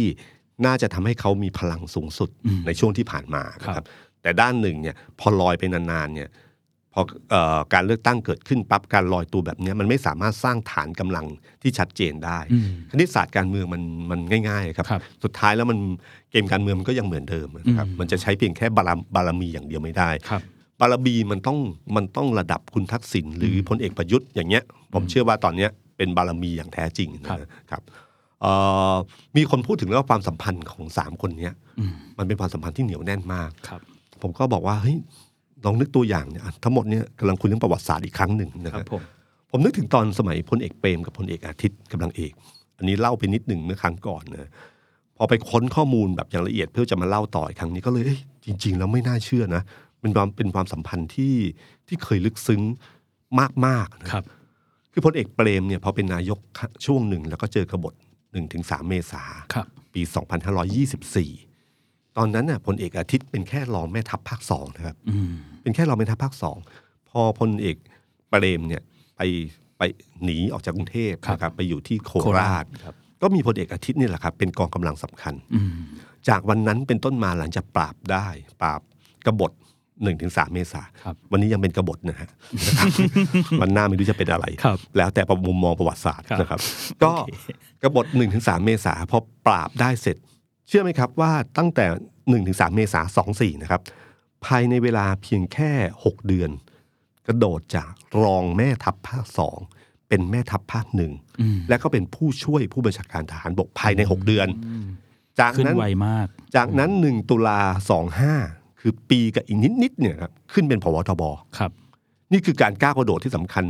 Speaker 2: น่าจะทำให้เขามีพลังสูงสุด
Speaker 3: อืม
Speaker 2: ในช่วงที่ผ่านมานะค
Speaker 3: ครั
Speaker 2: รับบ แต่ด้านหนึ่งเนี่ยพอลอยไปนานๆเนี่ยพอเอ่อการเลือกตั้งเกิดขึ้นปั๊บการลอยตัวแบบเนี้ยมันไม่สามารถสร้างฐานกำลังที่ชัดเจนได้
Speaker 3: อืม
Speaker 2: คณิตศาสตร์การเมืองมันมันง่ายๆครับ
Speaker 3: ครับ
Speaker 2: สุดท้ายแล้วมันเกมการเมืองมันก็ยังเหมือนเดิมนะครับ
Speaker 3: อืม
Speaker 2: มันจะใช้เพียงแค่บารมบารมีอย่างเดียวไม่ได้
Speaker 3: ครับ
Speaker 2: บารมีมันต้องมันต้องระดับคุณทักษิณหรือพลเอกประยุทธ์อย่างเงี้ยผมเชื่อว่าตอนเนี้ยเป็นบารมีอย่างแท้จริงนะครับเอ่อมีคนพูดถึงเรื่องความสัมพันธ์ของสามคนเนี้ย
Speaker 3: อืม
Speaker 2: มันเป็นความสัมพันธ์ที่เหนียวแน่นมาก
Speaker 3: ครับ
Speaker 2: ผมก็บอกว่าเฮ้ยลองนึกตัวอย่างเนี่ยอ่ะทั้งหมดเนี่ยกำลังคุยเรื่องประวัติศาสตร์อีกครั้งหนึ่งนะ
Speaker 3: ค
Speaker 2: ค
Speaker 3: รั
Speaker 2: รั
Speaker 3: บบ ผม
Speaker 2: ผมนึกถึงตอนสมัยพลเอกเปรมกับพลเอกอาทิตย์กำลังเอก อันนี้เล่าไปนิดหนึ่งเมื่อครั้งก่อนนะพอไปค้นข้อมูลแบบอย่างละเอียดเพื่อจะมาเล่าต่ออีกครั้งนี้ก็เลยเอ้ยจริง ๆ แล้วไม่น่าเชื่อนะเป็นความเป็นความสัมพันธ์ที่ที่เคยลึกซึ้งมากๆนะครับ คือพลเอกเปรมเนี่ยพอเป็นนายกช่วงหนึ่งแล้วก็เจอกบฏหนึ่งถึงสามเมษา
Speaker 3: ครับ
Speaker 2: ปี 2524 ตอนนั้นน่ะพลเอกอาทิตย์เป็นแค่รองแม่ทัพภาคสองนะครับ
Speaker 3: อืม
Speaker 2: เป็นแค่รองแม่ทัพภาคสองพอพลเอกประเดมเนี่ยไปไปหนีออกจากกรุงเทพนะครับไปอยู่ที่โคราช
Speaker 3: ครับ
Speaker 2: ก็มีพลเอกอาทิตย์นี่แหละครับเป็นกองกำลังสำคัญ
Speaker 3: อืม
Speaker 2: จากวันนั้นเป็นต้นมาหลังจากปราบได้ ปราบกบฏ1นถึงสเมษา
Speaker 3: ครับ
Speaker 2: วันนี้ยังเป็นกบฏ นะฮะ วันหน้าไม่รู้จะเป็นอะไร
Speaker 3: ครับ
Speaker 2: แล้วแต่ประมุมมองประวัติศาสตร์
Speaker 3: ครับ
Speaker 2: นะครับ ก็กบฏ1นถึงสเมษาพอปราบได้เสร็จ เชื่อไหมครับว่าตั้งแต่1นถึงสเมษาสองสี่นะครับ ภายในเวลาเพียงแค่ 6 เดือน กระโดดจากรองแม่ทัพภาคสองเป็นแม่ทัพภาคหนึ่ง
Speaker 3: อืม
Speaker 2: และก็เป็นผู้ช่วยผู้บัญชาการทหารบกภายใน 6 เดือน จาก
Speaker 3: ขึ้น
Speaker 2: นั้น
Speaker 3: ไวมาก
Speaker 2: จากนั้น 1 ตุลา 25 คือปีกับอีกนิดนิดๆเนี่ยครับขึ้นเป็นผวทบ
Speaker 3: ครับ
Speaker 2: นี่คือการก้าวกระโดดที่สำคัญ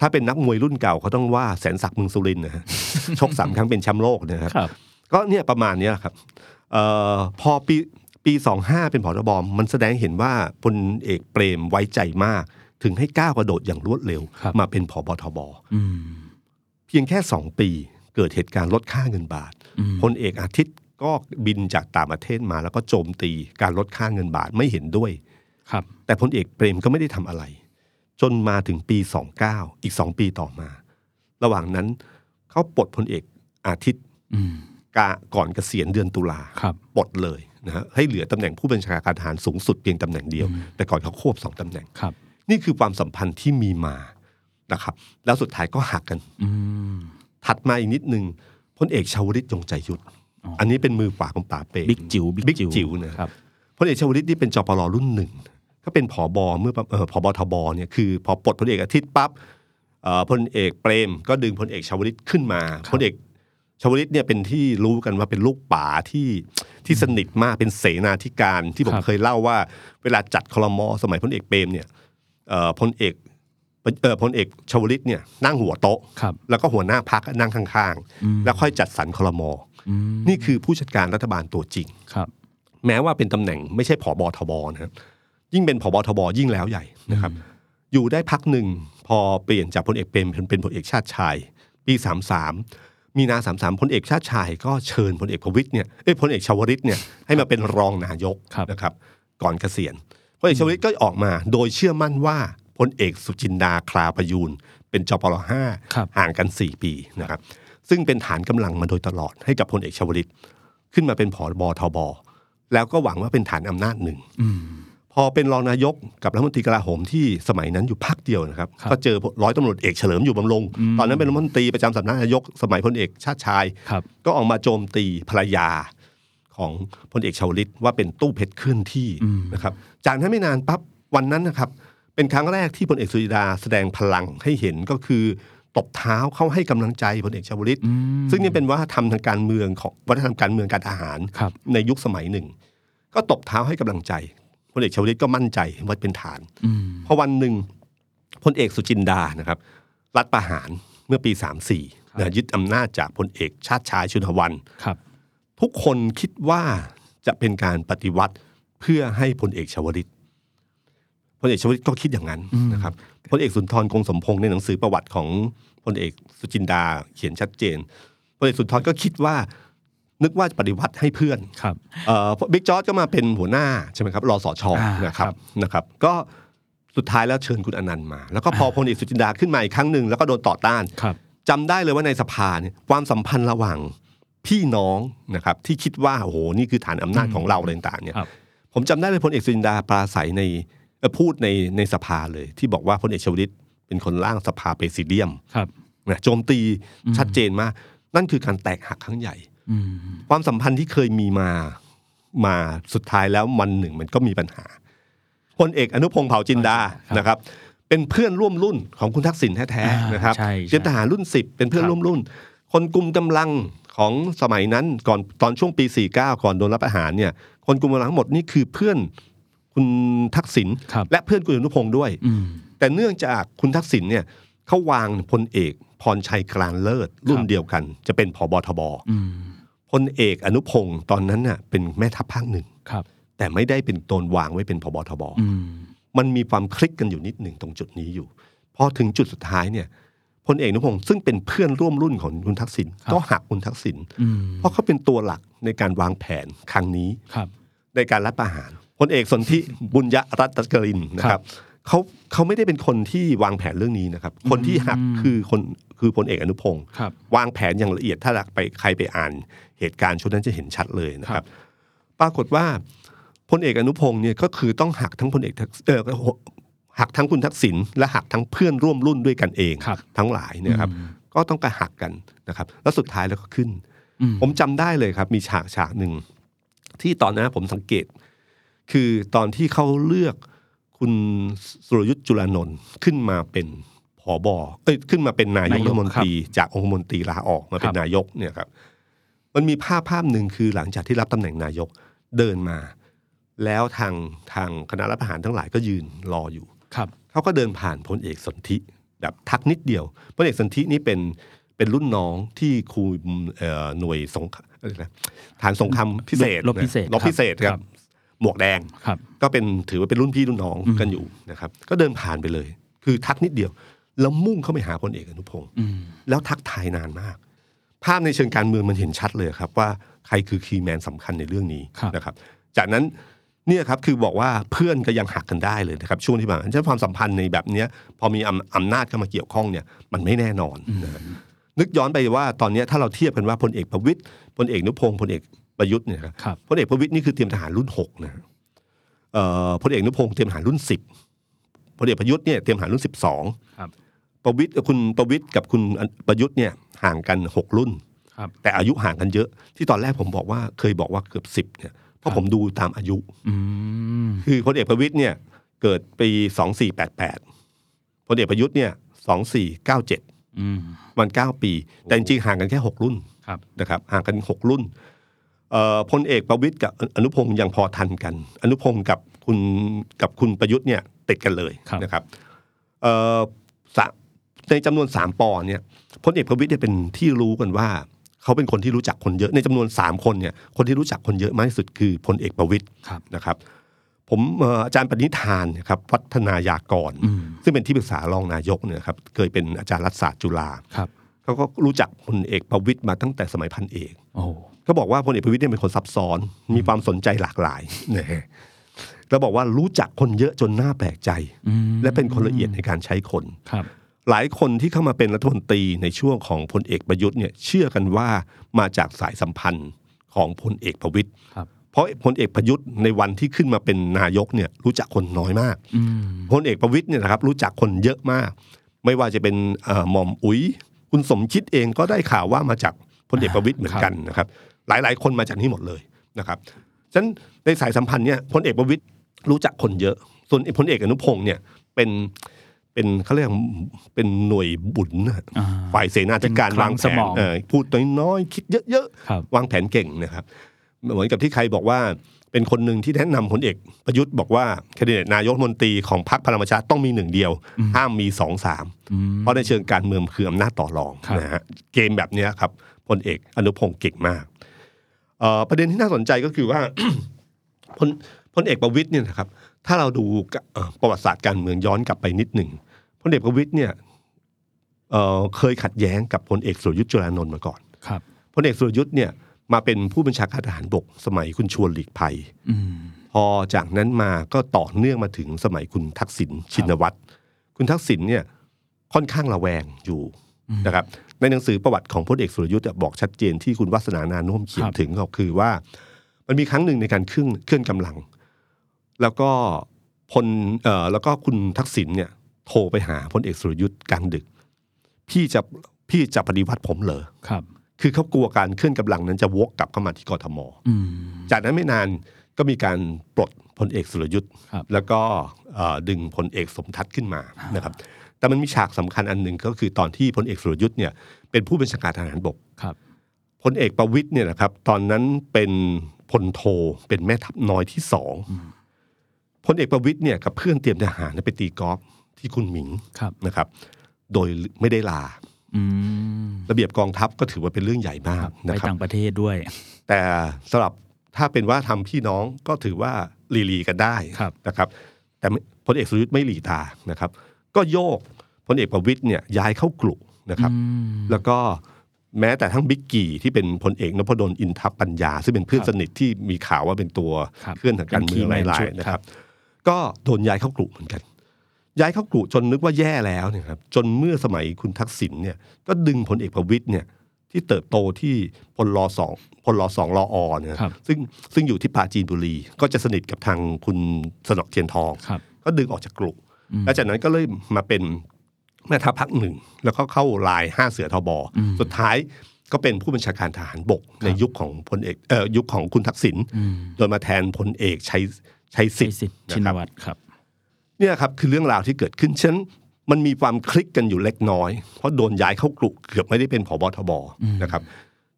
Speaker 2: ถ้าเป็นนักมวยรุ่นเก่าเขาต้องว่าแสนศักดิ์เมึงสุรินทร์ นะฮะ ชกสามครั้งเป็นแชมป์โลกนะครับ
Speaker 3: ครับ
Speaker 2: ก็เนี่ยประมาณเนี้ยแหละครับเอ่อพอปีปี 25 เป็นผอทบมันแสดงให้เห็นว่าพลเอกเปรมไว้ใจมาก ถึงให้ก้าวกระโดดอย่างรวดเร็ว
Speaker 3: ครับ
Speaker 2: มาเป็นผอบทบ
Speaker 3: อืม
Speaker 2: เพียงแค่ 2 ปีเกิดเหตุการณ์ลดค่าเงินบาท
Speaker 3: อืม
Speaker 2: พลเอกอาทิตย์ก็บินจากต่างประเทศมาแล้วก็โจมตีการลดค่าเงินบาทไม่เห็นด้วย
Speaker 3: ครับ
Speaker 2: แต่พลเอกเปรมก็ไม่ได้ทำอะไร จนมาถึงปี 29 อีก 2 ปีต่อมา ระหว่างนั้นเขาปลดพลเอกอาทิตย์
Speaker 3: อืม
Speaker 2: กะก่อนเกษียณเดือนตุลา
Speaker 3: ครับ
Speaker 2: ปลดเลยนะฮะให้เหลือตำแหน่งผู้บัญชาการทหารสูงสุดเพียงตำแหน่งเดียว แต่ก่อนเขาควบสองตำแหน่ง
Speaker 3: ครับ
Speaker 2: นี่คือความสัมพันธ์ที่มีมานะครับ แล้วสุดท้ายก็หักกัน
Speaker 3: อืม
Speaker 2: ถัดมาอีกนิดนึงพลเอกชาวลิตยงใจยุทธ
Speaker 3: อ๋ออั
Speaker 2: อันนี้เป็นมือขวาของป่าเปรม
Speaker 3: บิ๊กจิ๋ว
Speaker 2: บิ๊กจิ๋วนะ
Speaker 3: ครับ
Speaker 2: พลเอกชวลิตนี่เป็นจปรรุ่นหนึ่งก็เป็นผอบเมื่อประเอ่อผบทบเนี่ยคือพอปลดพลเอกอาทิตย์ปั๊บเอ่อพลเอกเปรม ก็ดึงพลเอกชวลิตขึ้นมา
Speaker 3: ครับ
Speaker 2: พลเอกชวลิตเนี่ยเป็นที่รู้กันว่าเป็นลูกป่าที่ที่สนิทมากเป็นเสนาธิการที่ผมเคยเล่าว่า เวลาจัดคลมอสมัยพลเอกเปรมเนี่ยเอ่อพลเอกเอ่อพลเอกชวลิตเนี่ยนั่งหัวโต๊ะ
Speaker 3: ครับ
Speaker 2: แล้วก็หัวหน้าพักนั่งข้าง
Speaker 3: อืม
Speaker 2: ๆ แล้วค่อยจัดสรรคลมอ
Speaker 3: อืม
Speaker 2: นี่คือผู้จัดการรัฐบาลตัวจริง
Speaker 3: ครับ
Speaker 2: แม้ว่าเป็นตำแหน่งไม่ใช่ผอบทบนะครับยิ่งเป็นผอบทบยิ่งแล้วใหญ่นะครับ อยู่ได้พักหนึ่งพอเปลี่ยนจากพลเอกเปรมเป็นเป็นพลเอกชาติชาย ปีสามสามมีนาสามสามพลเอกชาติชาย ก็เชิญพลเอกประวิตยเนี่ยเอ้ยพลเอกชวริตเนี่ยให้มาเป็นรองนายกนะครับก่อนเกษียณพลเอกชวริตก็ออกมาโดยเชื่อมั่นว่าพลเอกสุจินดาคลาประยูนเป็นจปรห้า
Speaker 3: ครับ
Speaker 2: ห่างกัน 4 ปีนะครับ ซึ่งเป็นฐานกำลังมาโดยตลอดให้กับพลเอกชวลิต ขึ้นมาเป็นผอบทบ แล้วก็หวังว่าเป็นฐานอำนาจหนึ่ง
Speaker 3: อืม
Speaker 2: พอเป็นรองนายกกับรัฐมนตรีกลาโหมที่สมัยนั้นอยู่พักเดียวนะครับ
Speaker 3: ครับ
Speaker 2: ก็เจอร้อยตำรวจเอกเฉลิมอยู่บำรง
Speaker 3: อืม
Speaker 2: ตอนนั้นเป็นรัฐมนตรีประจำสำนักนายก สมัยพลเอกชาติชาย
Speaker 3: ครับ
Speaker 2: ก็ออกมาโจมตีภรรยาของพลเอกชาวลิตว่าเป็นตู้เพชรเคลื่อนที่
Speaker 3: อืม
Speaker 2: นะครับ จากนั้นไม่นานปั๊บวันนั้นนะครับ เป็นครั้งแรกที่พลเอกสุริดาแสดงพลังให้เห็นก็คือตบเท้าเข้าให้กำลังใจพลเอกชาวลิต
Speaker 3: อืม
Speaker 2: ซึ่งนี่เป็นวัฒนธรรมทางการเมืองของวัฒนธรรมการเมืองการทหาร
Speaker 3: ครับ
Speaker 2: ในยุคสมัยหนึ่ง ก็ตบเท้าให้กำลังใจพลเอกชาวลิตก็มั่นใจว่าเป็นฐาน
Speaker 3: อืม
Speaker 2: พอวันหนึ่งพลเอกสุจินดานะครับ รัฐประหารเมื่อปี 34นะยึดอำนาจจากพลเอกชาติชายชุนหวัน
Speaker 3: ครับ
Speaker 2: ทุกคนคิดว่าจะเป็นการปฏิวัติเพื่อให้พลเอกชวลิตพลเอกชวลิตก็คิดอย่างนั้นนะครับพลเอกสุนทรคงสมพงษ์ในหนังสือประวัติของพลเอกสุจินดาเขียนชัดเจนพลเอกสุนทรก็คิดว่า นึกว่าจะปฏิวัติให้เพื่อน
Speaker 3: ครับ
Speaker 2: เอ่อบิ๊กจอร์ดก็มาเป็นหัวหน้าใช่ไหมครับรอสอชอ
Speaker 3: อ่า
Speaker 2: นะครับ
Speaker 3: ครับ
Speaker 2: นะครับ ก็สุดท้ายแล้วเชิญคุณอนันต์มา แล้วก็พอพลเอกสุจินดาขึ้นมาอีกครั้งหนึ่งแล้วก็โดนต่อต้าน
Speaker 3: ครับ
Speaker 2: จำได้เลยว่าในสภาเนี่ยความสัมพันธ์ระหว่างพี่น้องนะครับ ที่คิดว่าโอ้โหนี่คือฐานอำนาจของเราอะไรต่างๆเนี่ย
Speaker 3: ครับ
Speaker 2: ผมจำได้เลยพลเอกสุจินดาปราศัยในเอ่อพูดในในสภาเลย ที่บอกว่าพลเอกชวลิตเป็นคนร่างสภาเปรซิเดียม
Speaker 3: ครับ
Speaker 2: นะโจมตี
Speaker 3: อืม
Speaker 2: ชัดเจนมากนั่นคือการแตกหักครั้งใหญ่
Speaker 3: อืม
Speaker 2: ความสัมพันธ์ที่เคยมีมา มาสุดท้ายแล้ววันหนึ่งมันก็มีปัญหา พลเอกอนุพงษ์เผ่าจินดา นะครับ เป็นเพื่อนร่วมรุ่นของคุณทักษิณแท้
Speaker 3: อ่า
Speaker 2: ๆนะครับ
Speaker 3: ใช่
Speaker 2: เป็นท
Speaker 3: ใช่
Speaker 2: หารรุ่นสิบเป็นเพื่อนร่วมรุ่น คนกลุ่มกำลังของสมัยนั้นก่อนตอนช่วงปี 49 ก่อนโดนรับประหารเนี่ย คนกลุ่มกำลังทั้งหมดนี่คือเพื่อนคุณทักษิณ
Speaker 3: ครับ
Speaker 2: และเพื่อนคุณอนุพงษ์ด้วย
Speaker 3: อืม
Speaker 2: แต่เนื่องจากคุณทักษิณเนี่ยเขาวางพลเอกพรชัยกลานเลิศรุ่น
Speaker 3: ครับ
Speaker 2: เดียวกัน จะเป็นผบทบ
Speaker 3: อืม
Speaker 2: พลเอกอนุพงศ์ตอนนั้นน่ะเป็นแม่ทัพภาคหนึ่ง
Speaker 3: ครับ
Speaker 2: แต่ไม่ได้เป็นตนวางไว้เป็นพบทบ
Speaker 3: อืม
Speaker 2: มันมีความคลิกกันอยู่นิดหนึ่งตรงจุดนี้อยู่ พอถึงจุดสุดท้ายเนี่ยพ พลเอกอนุพงศ์ซึ่งเป็นเพื่อนร่วมรุ่นของคุณทักษิณ
Speaker 3: ครับ
Speaker 2: ก็หักคุณทักษิณ
Speaker 3: อืม
Speaker 2: เพราะเขาเป็นตัวหลักในการวางแผนครั้งนี้
Speaker 3: ครับ
Speaker 2: ในการรัฐประหารพลเอกสนธิ บุญยรัตน์กรินทร์นะค
Speaker 3: ครั
Speaker 2: รับบ เขาเขาไม่ได้เป็นคนที่วางแผนเรื่องนี้นะครับ คนที่หัก
Speaker 3: อืม
Speaker 2: คือคนคือพลเอกอนุพงศ์
Speaker 3: ครับ
Speaker 2: วางแผนอย่างละเอียดถ้าไปใครไปอ่านเหตุการณ์ชุดนั้นจะเห็นชัดเลยนะค
Speaker 3: ครั
Speaker 2: รับ
Speaker 3: บ
Speaker 2: ปรากฏว่าพลเอกอนุพงศ์เนี่ยก็คือต้องหักทั้งพลเอกทักเออหักทั้งคุณทักษิณและหักทั้งเพื่อนร่วมรุ่นด้วยกันเอง
Speaker 3: ครับ
Speaker 2: ทั้งหลายเนี่ยครับก็ต้องไปหักกันนะครับ แล้วสุดท้ายแล้วก็ขึ้น
Speaker 3: อืม
Speaker 2: ผมจำได้เลยครับ มีฉากฉากหนึ่ง ที่ตอนนั้นผมสังเกต คือตอนที่เขาเลือกคุณสุรยุทธ์จุลานนท์ขึ้นมาเป็นผอบอเอ้ยขึ้นมาเป็นนายก
Speaker 3: นายก
Speaker 2: รัฐมนตรี จากองคมนตรีลาออกมาเป็
Speaker 3: ครั
Speaker 2: น
Speaker 3: บ
Speaker 2: นายกเนี่ยครับ มันมีภาพภาพหนึ่งคือหลังจากที่รับตำแหน่งนายกเดินมา แล้วทางทางคณะรัฐประหารทั้งหลายก็ยืนรออยู่
Speaker 3: ครับ
Speaker 2: เขาก็เดินผ่านพลเอกสนธิแบบทักนิดเดียวพลเอกสนธินี่เป็นเป็นรุ่นน้องที่คุมเอ่อหน่วยสงครามเอ่อนะฐานสงครามพิเศษ
Speaker 3: รบพิเศษ
Speaker 2: นะรบพิเศษ
Speaker 3: ค
Speaker 2: ค
Speaker 3: รั
Speaker 2: รับ บหมวกแดง
Speaker 3: ครับ
Speaker 2: ก็เป็นถือว่าเป็นรุ่นพี่รุ่นน้อง
Speaker 3: อืม
Speaker 2: กันอยู่นะครับ ก็เดินผ่านไปเลย คือทักนิดเดียว แล้วมุ่งเข้าไปหาพลเอกอนุพงศ์
Speaker 3: อืม
Speaker 2: แล้วทักทายนานมาก ภาพในเชิงการเมืองมันเห็นชัดเลยครับว่าใครคือคีย์แมนสำคัญในเรื่องนี้นะครับ จากนั้นเนี่ยครับคือบอกว่าเพื่อนก็ยังหักกันได้เลยนะครับช่วงที่มาฉะนั้นความสัมพันธ์ในแบบเนี้ยพอมีอำอำนาจเข้ามาเกี่ยวข้องเนี่ยมันไม่แน่นอนนะครับนึกย้อนไปว่าตอนเนี้ยถ้าเราเทียบกันว่าพลเอกประวิตยพลเอกอนุพงศ์พลเอกประยุทธ์เนี่ยครับ
Speaker 3: ครับ
Speaker 2: พลเอกประวิตยนี่คือเตรียมทหารรุ่นหกนะเอ่อพลเอกอนุพงศ์เตรียมทหารรุ่นสิบพลเอกประยุทธ์เนี่ยเตรียมทหารรุ่นสิบสอง
Speaker 3: ครับ
Speaker 2: ประวิตยกับคุณประวิตยกับคุณประยุทธ์เนี่ยห่างกันหกรุ่น
Speaker 3: ครับ
Speaker 2: แต่อายุห่างกันเยอะ ที่ตอนแรกผมบอกว่าเคยบอกว่าเกือบสิบ10เนี่ยเพราะผมดูตามอายุ
Speaker 3: อืม
Speaker 2: คือพลเอกประวิตยเนี่ยเกิดปีสองสี่แปดแปดพลเอกประยุทธ์เนี่ยสองสี่เก้าเจ็ด
Speaker 3: อืม
Speaker 2: มันเก้าปี แต่จริงๆห่างกันแค่หกรุ่น
Speaker 3: ครับ
Speaker 2: นะครับห่างกันหกรุ่นเอ่อพลเอกประวิตยกับอนุพงศ์ยังพอทันกัน อนุพงศ์กับคุณกับคุณประยุทธ์เนี่ยติดกันเลยนะครับเอ่อสะในจำนวนสามปอเนี่ยพลเอกประวิตยเนี่ยเป็นที่รู้กันว่า เขาเป็นคนที่รู้จักคนเยอะในจำนวนสามคนเนี่ยคนที่รู้จักคนเยอะมากที่สุดคือพลเอกประวิตย
Speaker 3: ครับ
Speaker 2: นะครับผมเอ่ออาจารย์ปณิธานเนะครับวัฒนายากร
Speaker 3: อืม
Speaker 2: ซึ่งเป็นที่ปรึกษารองนายกเนี่ยครับเคยเป็นอาจารย์รัฐศาสตร์จุฬา
Speaker 3: ครับ
Speaker 2: เขาก็รู้จักพลเอกประวิตยมาตั้งแต่สมัยพันเอก
Speaker 3: โอ้โห
Speaker 2: เขาบอกว่าพลเอกประวิตยเนี่ยเป็นคนซับซ้อน มีความสนใจหลากหลายนะฮะแล้วบอกว่ารู้จักคนเยอะจนน่าแปลกใจ
Speaker 3: อืม
Speaker 2: และเป็นคนละเอียดในการใช้คน
Speaker 3: ครับ
Speaker 2: หลายคนที่เข้ามาเป็นรัฐมนตรีในช่วงของพลเอกประยุทธ์เนี่ยเชื่อกันว่ามาจากสายสัมพันธ์ของพลเอกประวิตย
Speaker 3: ครับ
Speaker 2: เพราะพลเอกประยุทธ์ในวันที่ขึ้นมาเป็นนายกเนี่ยรู้จักคนน้อยมาก
Speaker 3: อืม
Speaker 2: พลเอกประวิตยเนี่ยนะครับรู้จักคนเยอะมาก ไม่ว่าจะเป็นเอ่อหม่อมอุ๋ยคุณสมคิดเองก็ได้ข่าวว่ามาจากพลเอกประวิตยเหมือนกันนะครับ หลายๆ คนมาจากนี่หมดเลยนะครับฉะนั้นในสายสัมพันธ์เนี่ยพลเอกประวิตยรู้จักคนเยอะ ส่วนพลเอกอนุพงศ์เนี่ยเป็นเป็นเขาเรียกเป็นหน่วยบุญนะ
Speaker 3: อ่า
Speaker 2: ฝ่ายเสนาธิการ
Speaker 3: เป็นคลั
Speaker 2: วาง งแผ
Speaker 3: ส
Speaker 2: น
Speaker 3: มอง
Speaker 2: เอ่อพูดน้อยๆคิดเยอะๆ
Speaker 3: ครับ
Speaker 2: วางแผนเก่งนะครับ เหมือนกับที่ใครบอกว่าเป็นคนหนึ่งที่แนะนำพลเอกประยุทธ์บอกว่าแคนดิเดตนายกรัฐมนตรีของพรรคพลังประชารัฐต้องมีหนึ่งเดียว
Speaker 3: อืม
Speaker 2: ห้ามมีสองสาม
Speaker 3: อืม
Speaker 2: เพราะในเชิงการเมืองคืออำนาจต่อรอง
Speaker 3: ครับ
Speaker 2: นะฮะเกมแบบเนี้ยครับพลเอกอนุพงศ์เก่งมากเอ่อประเด็นที่น่าสนใจก็คือว่า พลพลเอกประวิตยเนี่ยนะครับ ถ้าเราดูกะเอ่อประวัติศาสตร์การเมืองย้อนกลับไปนิดหนึ่งพลเอกประวิตยเนี่ยเอ่อเคยขัดแย้งกับพลเอกสุรยุทธ์จุลานนท์มาก่อน
Speaker 3: ครับ
Speaker 2: พลเอกสุรยุทธ์เนี่ยมาเป็นผู้บัญชาการทหารบกสมัยคุณชวนหลีกภัย
Speaker 3: อืม
Speaker 2: พอจากนั้นมาก็ต่อเนื่องมาถึงสมัยคุณทักษิณชินวัตรคุณทักษิณเนี่ยค่อนข้างระแวงอยู่
Speaker 3: อืม
Speaker 2: นะครับในหนังสือประวัติของพลเอกสุรยุทธ์เนี่ยบอกชัดเจนที่คุณวัฒนานานุ่วมเขีย
Speaker 3: ครั
Speaker 2: น
Speaker 3: บ
Speaker 2: ถึงก็คือว่า มันมีครั้งหนึ่งในการเคลื่อนเคลื่อนกำลัง แล้วก็พลเอ่อแล้วก็คุณทักษิณเนี่ยโทรไปหาพลเอกสุรยุทธ์กลางดึก พี่จะพี่จะปฏิวัติผมเหรอ
Speaker 3: ครับ
Speaker 2: คือเขากลัวการเคลื่อนกำลังนั้นจะวกกลับเข้ามาที่กทม
Speaker 3: อืม
Speaker 2: จากนั้นไม่นานก็มีการปลดพลเอกสุรยุทธ์
Speaker 3: ครับ
Speaker 2: แล้วก็เอ่อดึงพลเอกสมทัศน์ขึ้นมานะครับ แต่มันมีฉากสำคัญอันหนึ่งก็คือตอนที่พลเอกสุรยุทธ์เนี่ยเป็นผู้บัญชาการทหารบก
Speaker 3: ครับ
Speaker 2: พลเอกประวิตยเนี่ยนะครับตอนนั้นเป็นพลโทเป็นแม่ทัพน้อยที่สองพลเอกประวิตยเนี่ยกับเพื่อนเตรียมทหารไปตีกอล์ฟที่คุณหมิง
Speaker 3: ครับ
Speaker 2: นะครับ โดยไม่ได้ลา
Speaker 3: อืม
Speaker 2: ระเบียบกองทัพก็ถือว่าเป็นเรื่องใหญ่มา
Speaker 3: ค
Speaker 2: ก
Speaker 3: รับไป
Speaker 2: นะครับ
Speaker 3: ต่างประเทศด้วย
Speaker 2: แต่สำหรับถ้าเป็นว่าทำพี่น้องก็ถือว่าหลีหลีกันได้
Speaker 3: ครับ
Speaker 2: นะครับ แต่ไม่พลเอกสุรยุทธ์ไม่หลีตานะครับ ก็โยกพลเอกประวิตยเนี่ยย้ายเข้ากลุ่ม นะครับ
Speaker 3: อืม
Speaker 2: แล้วก็แม้แต่ทั้งบิ๊กกี่ที่เป็นพลเอกนพดลอินทปัญญา ซึ่งเป็นเพื่อน
Speaker 3: ครับ
Speaker 2: สนิทที่มีข่าวว่าเป็นตัว
Speaker 3: ครับ
Speaker 2: เคลื่อนทางการเมือง
Speaker 3: เป็น key man
Speaker 2: หลาย
Speaker 3: ชุด
Speaker 2: ๆนะครับ ก็โดนย้ายเข้ากลุ่มเหมือนกัน ย้ายเข้ากลุ่มจนนึกว่าแย่แล้วเนี่ยครับจนเมื่อสมัยคุณทักษิณเนี่ยก็ดึงพลเอกประวิตยเนี่ยที่เติบโตที่พลรอสองพลรอสองรออเนี่ย
Speaker 3: ครับ
Speaker 2: ซึ่งซึ่งอยู่ที่ปราจีนบุรี ก็จะสนิทกับทางคุณสนอเทียนทอง
Speaker 3: ครับ
Speaker 2: ก็ดึงออกจากกลุ่ม
Speaker 3: อืม
Speaker 2: แล้วจากนั้นก็เลยมาเป็นแม่ทัพภาคหนึ่ง แล้วก็เข้าลายห้าเสือทบอ
Speaker 3: อืม
Speaker 2: สุดท้ายก็เป็นผู้บัญชาการทหารบก ในยุคของพลเอกเอ่อยุคของคุณทักษิณ
Speaker 3: อืม
Speaker 2: โดยมาแทนพลเอกชัยชัยสิ
Speaker 3: ใช่
Speaker 2: ทธิ์
Speaker 3: สิทธิ์ชิ
Speaker 2: นะค
Speaker 3: น
Speaker 2: รับ
Speaker 3: วัตรครับ
Speaker 2: เนี่ยครับคือเรื่องราวที่เกิดขึ้นฉะนันมันมีความคลิกกันอยู่เล็กน้อย เพราะโดนย้ายเข้ากลุ่มเกือบไม่ได้เป็นผบทบนะครับ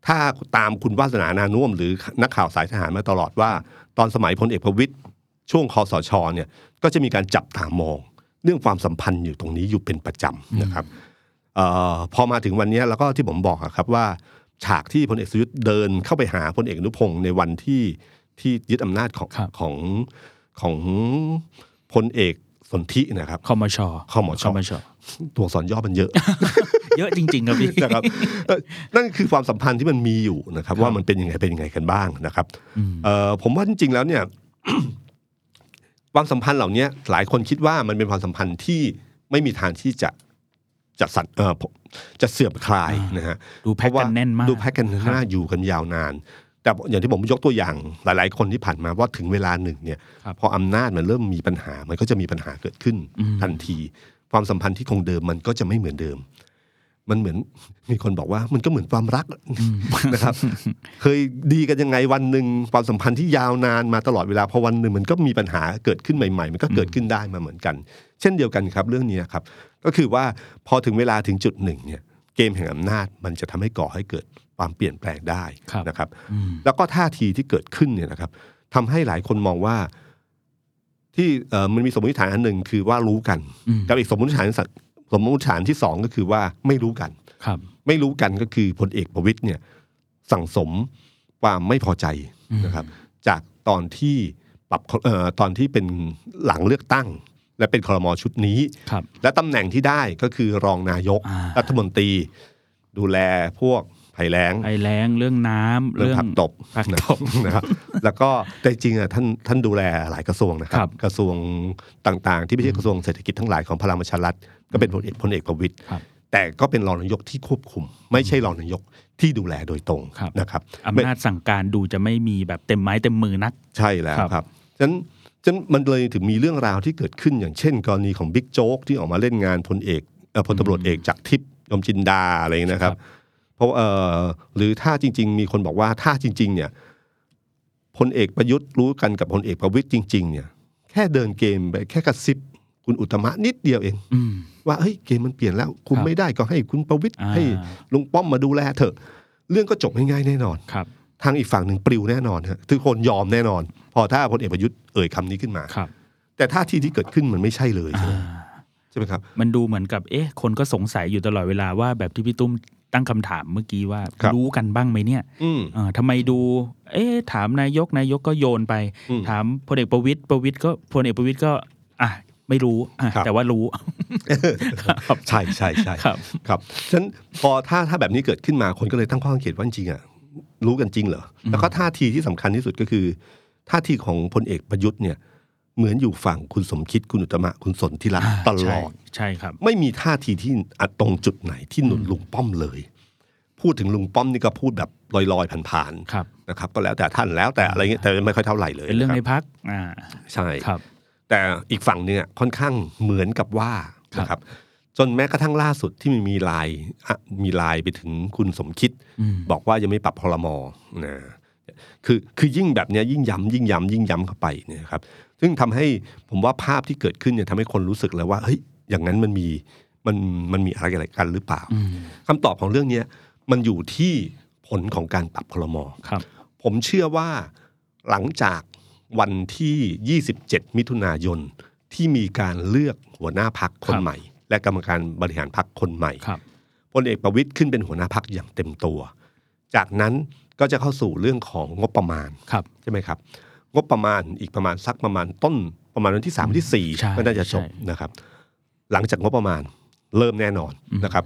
Speaker 2: ถ้าตามคุณวาสนานานุ่วมหรือนักข่าวสายทหารมาตลอดว่า ตอนสมัยพลเอกประวิตยช่วงคอสชเนี่ยก็จะมีการจับตามอง เรื่องความสัมพันธ์อยู่ตรงนี้อยู่เป็นประจำนะครับเออพอมาถึงวันเนี้ยแล้วก็ที่ผมบอกอะครับว่า ฉากที่พลเอกสุยุทธ์เดินเข้าไปหาพลเอกอนุพงศ์ในวันที่ที่ยึดอำนาจของ
Speaker 3: ครับ
Speaker 2: ของของพลเอกสนธินะครับ
Speaker 3: คอมช
Speaker 2: คมช
Speaker 3: คอมช
Speaker 2: ตัวอักษรย่อมันเยอะ
Speaker 3: เยอะจริง ๆ ครับพี่
Speaker 2: นะครับเอ่อนั่นคือความสัมพันธ์ที่มันมีอยู่นะครับ ว่ามันเป็นยังไงเป็นยังไงกันบ้างนะครับ
Speaker 3: อืม
Speaker 2: เอ่อผมว่าจริงๆแล้วเนี่ย ความสัมพันธ์เหล่านี้หลายคนคิดว่ามันเป็นความสัมพันธ์ที่ไม่มีทางที่จะจะสั่นเอ่อผมจะเสื่อมคลายนะฮะ
Speaker 3: ดูแพ็กกันแน่นมาก
Speaker 2: ดูแพ็กกันหน้าอยู่กันยาวนาน แต่อย่างที่ผมยกตัวอย่างหลาย ๆ คนที่ผ่านมาว่าถึงเวลาหนึ่งเนี่ย
Speaker 3: ครับ
Speaker 2: พออำนาจมันเริ่มมีปัญหามันก็จะมีปัญหาเกิดขึ้นทันที ความสัมพันธ์ที่คงเดิมมันก็จะไม่เหมือนเดิม มันเหมือน มีคนบอกว่ามันก็เหมือนความรัก นะครับ เคยดีกันยังไงวันหนึ่งความสัมพันธ์ที่ยาวนานมาตลอดเวลาพอวันหนึ่งมันก็มีปัญหาเกิดขึ้นใหม่ ๆ มันก็เกิดขึ้นได้มาเหมือนกัน เช่นเดียวกันครับเรื่องนี้ครับ ก็คือว่าพอถึงเวลาถึงจุดหนึ่งเนี่ยเกมแห่งอำนาจมันจะทำให้ก่อให้เกิดความเปลี่ยนแปลงได้
Speaker 3: ครับ
Speaker 2: นะครับ
Speaker 3: อืม
Speaker 2: แล้วก็ท่าทีที่เกิดขึ้นเนี่ยนะครับทำให้หลายคนมองว่าที่เอ่อมันมีสมมติฐานอันหนึ่งคือว่ารู้กัน
Speaker 3: อืม
Speaker 2: กับอีกสมมติฐานสัตว์สมมติฐานที่สองก็คือว่าไม่รู้กัน
Speaker 3: ครับ
Speaker 2: ไม่รู้กันก็คือพลเอกประวิตยเนี่ยสั่งสมความไม่พอใจนะครับ จากตอนที่ปรับเอ่อตอนที่เป็นหลังเลือกตั้ง และเป็นครมชุดนี้
Speaker 3: ครับ
Speaker 2: และตำแหน่งที่ได้ก็คือรองนายก
Speaker 3: อ่ารั
Speaker 2: รัฐมนตรี ดูแลพวกภัยแล้ง
Speaker 3: ไอแรงเรื่องน้ำ
Speaker 2: เรื่องผักตบ
Speaker 3: ผักตบ
Speaker 2: นะครับแล้วก็แต่จริงๆอ่ะท่านท่านดูแลหลายกระทรวงนะครั
Speaker 3: ครับ
Speaker 2: บ กระทรวงต่างๆ ที่ไม่ใช่กระทรวงเศรษฐกิจทั้งหลายของพลังประชารัฐก็เป็นพลเอกพลเอกประวิตย
Speaker 3: ครับ
Speaker 2: แต่ก็เป็นรองนายกที่ควบคุม ไม่ใช่รองนายกที่ดูแลโดยตรง
Speaker 3: ครับ
Speaker 2: นะครับ
Speaker 3: อำ
Speaker 2: ไม่
Speaker 3: นาจสั่งการดูจะไม่มีแบบเต็มไม้เต็มมือนัก
Speaker 2: ใช่แล้ว
Speaker 3: ครับ
Speaker 2: ครับฉะนั้นฉะนั้นมันเลยถึงมีเรื่องราวที่เกิดขึ้นอย่างเช่น กรณีของบิ๊กโจ๊กที่ออกมาเล่นงานพลเอกเอ่อพลตำรวจเอกจากทิพย์ยมจินดาอะไรอย่างนี้นะครับ
Speaker 3: ครับ
Speaker 2: เพราะเอ่อหรือถ้าจริง ๆ มีคนบอกว่าถ้าจริง ๆ เนี่ยพลเอกประยุทธ์รู้กันกับพลเอกประวิตยจริง ๆ เนี่ย แค่เดินเกมไปแค่กระซิบคุณอุตตมะนิดเดียวเอง
Speaker 3: อืม
Speaker 2: ว่าเฮ้ยเกมมันเปลี่ยนแล้ว คุ
Speaker 3: ค
Speaker 2: ม
Speaker 3: รับ
Speaker 2: ไม่ได้ก็ให้คุณประวิตย
Speaker 3: อ่า
Speaker 2: ให้ลุงป้อมมาดูแลเถอะ เรื่องก็จบง่ายๆแน่นอน
Speaker 3: ครับ
Speaker 2: ทางอีกฝั่งหนึ่งปลิวแน่นอนฮะทุกคนยอมแน่นอน พอถ้าพลเอกประยุทธ์เอ่ยคำนี้ขึ้นมา
Speaker 3: ครับ
Speaker 2: แต่ท่าทีที่เกิดขึ้นมันไม่ใช่เลยใช่ไหม
Speaker 3: อ่า
Speaker 2: ใช่ไหมครับ
Speaker 3: มันดูเหมือนกับเอ๊ะ คนก็สงสัยอยู่ตลอดเวลาว่าแบบที่พี่ตุ้มตั้งคำถามเมื่อกี้ว่า
Speaker 2: ครับ
Speaker 3: กันบ้างไหมเนี่ย
Speaker 2: อืม
Speaker 3: เออทำไมดู เอ๊ะถามนายกนายกก็โยนไป
Speaker 2: อืม
Speaker 3: ถามพลเอกประวิตยประวิตยก็พลเอกประวิตยก็ อ่ะไม่รู้อ่ะ
Speaker 2: ครับ
Speaker 3: แต่ว่ารู้ ครับ
Speaker 2: ใช่ใช่ใช่
Speaker 3: ครับ
Speaker 2: ครับฉะนั้นพอถ้าถ้าแบบนี้เกิดขึ้นมาคนก็เลยตั้งข้อสังเกตว่าจริงๆอ่ะรู้กันจริงเหรอแล้วก็ท่าทีที่สำคัญที่สุดก็คือ ท่าทีของพลเอกประยุทธ์เนี่ย เหมือนอยู่ฝั่งคุณสมคิดคุณอุตตมะคุณสนธิรัตน์ตล
Speaker 3: ใช่
Speaker 2: อด
Speaker 3: ใช่ครับ
Speaker 2: ไม่มีท่าทีที่อ่ะตรงจุดไหนที่หนุนลุงป้อมเลย พูดถึงลุงป้อมนี่ก็พูดแบบลอยๆผ่านๆ
Speaker 3: ครับ
Speaker 2: นะครับก็แล้วแต่ท่านแล้วแต่อะไรเงี้ยแต่ไม่ค่อยเท่าไหร่เลย
Speaker 3: เป็นเรื่องใน
Speaker 2: ะคบ
Speaker 3: พักอ่า
Speaker 2: ใช่
Speaker 3: ครับ
Speaker 2: แต่อีกฝั่งเนี่ยค่อนข้างเหมือนกับว่า
Speaker 3: ครับ
Speaker 2: นะครับ จนแม้กระทั่งล่าสุดที่มันมีไลายมีไลายไปถึงคุณสมคิด
Speaker 3: อืม
Speaker 2: บอกว่ายังไม่ปรับพลมนะคือคือยิ่งแบบเนี้ยยิ่งย้ำยิ่งย้ำยิ่งย้ำเข้าไปเนี่ยครับ ซึ่งทำให้ผมว่าภาพที่เกิดขึ้นเนี่ยทำให้คนรู้สึกเลยว่าเฮ้ยอย่างนั้นมันมีมันมันมีอะไรอะไรกันหรือเปล่า
Speaker 3: อืม
Speaker 2: คำตอบของเรื่องเนี้ยมันอยู่ที่ผลของการปรับพลม
Speaker 3: ครับ
Speaker 2: ผมเชื่อว่าหลังจากวันที่ 27 มิถุนายน ที่มีการเลือกหัวหน้าพักคน
Speaker 3: ครับ
Speaker 2: ใหม่ และกรรมการบริหารพักคนใหม่
Speaker 3: ครับ
Speaker 2: พลเอกประวิตยขึ้นเป็นหัวหน้าพักอย่างเต็มตัว จากนั้นก็จะเข้าสู่เรื่องของงบประมาณ
Speaker 3: ครับ
Speaker 2: ใช่ไหมครับ งบประมาณอีกประมาณสักประมาณต้นประมาณวันที่3วันที่4ี่
Speaker 3: ใช่
Speaker 2: ก็น่าจะจบ
Speaker 3: ใช่
Speaker 2: นะครับ หลังจากงบประมาณเริ่มแน่นอนนะครับ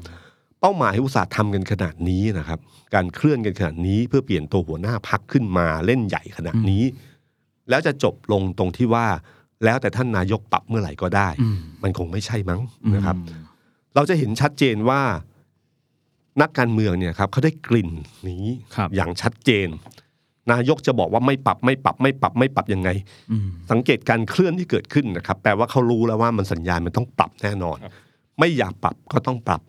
Speaker 2: ป ป้าหมายอุตสาห์ทำกันขนาดนี้นะครับ การเคลื่อนกันขนาดนี้เพื่อเปลี่ยนตัวหัวหน้าพักขึ้นมาเล่นใหญ่ขนาดนี้ แล้วจะจบลงตรงที่ว่า แล้วแต่ท่านนายกปรับเมื่อไหร่ก็ได้
Speaker 3: อืม
Speaker 2: มันคงไม่ใช่มั้ง
Speaker 3: อืม
Speaker 2: นะครับ เราจะเห็นชัดเจนว่านักการเมืองเนี่ยครับเขาได้กลิ่นนี้
Speaker 3: ครับ
Speaker 2: อย่างชัดเจน นายกจะบอกว่าไม่ปรับไม่ปรับไม่ปรับไม่ปรับยังไง
Speaker 3: อืม
Speaker 2: สังเกตการเคลื่อนที่เกิดขึ้นนะครับแปลว่าเขารู้แล้วว่ามันสัญญาณมันต้องปรับแน่นอน
Speaker 3: ครับ
Speaker 2: ไม่อยากปรับก็ต้องปรับ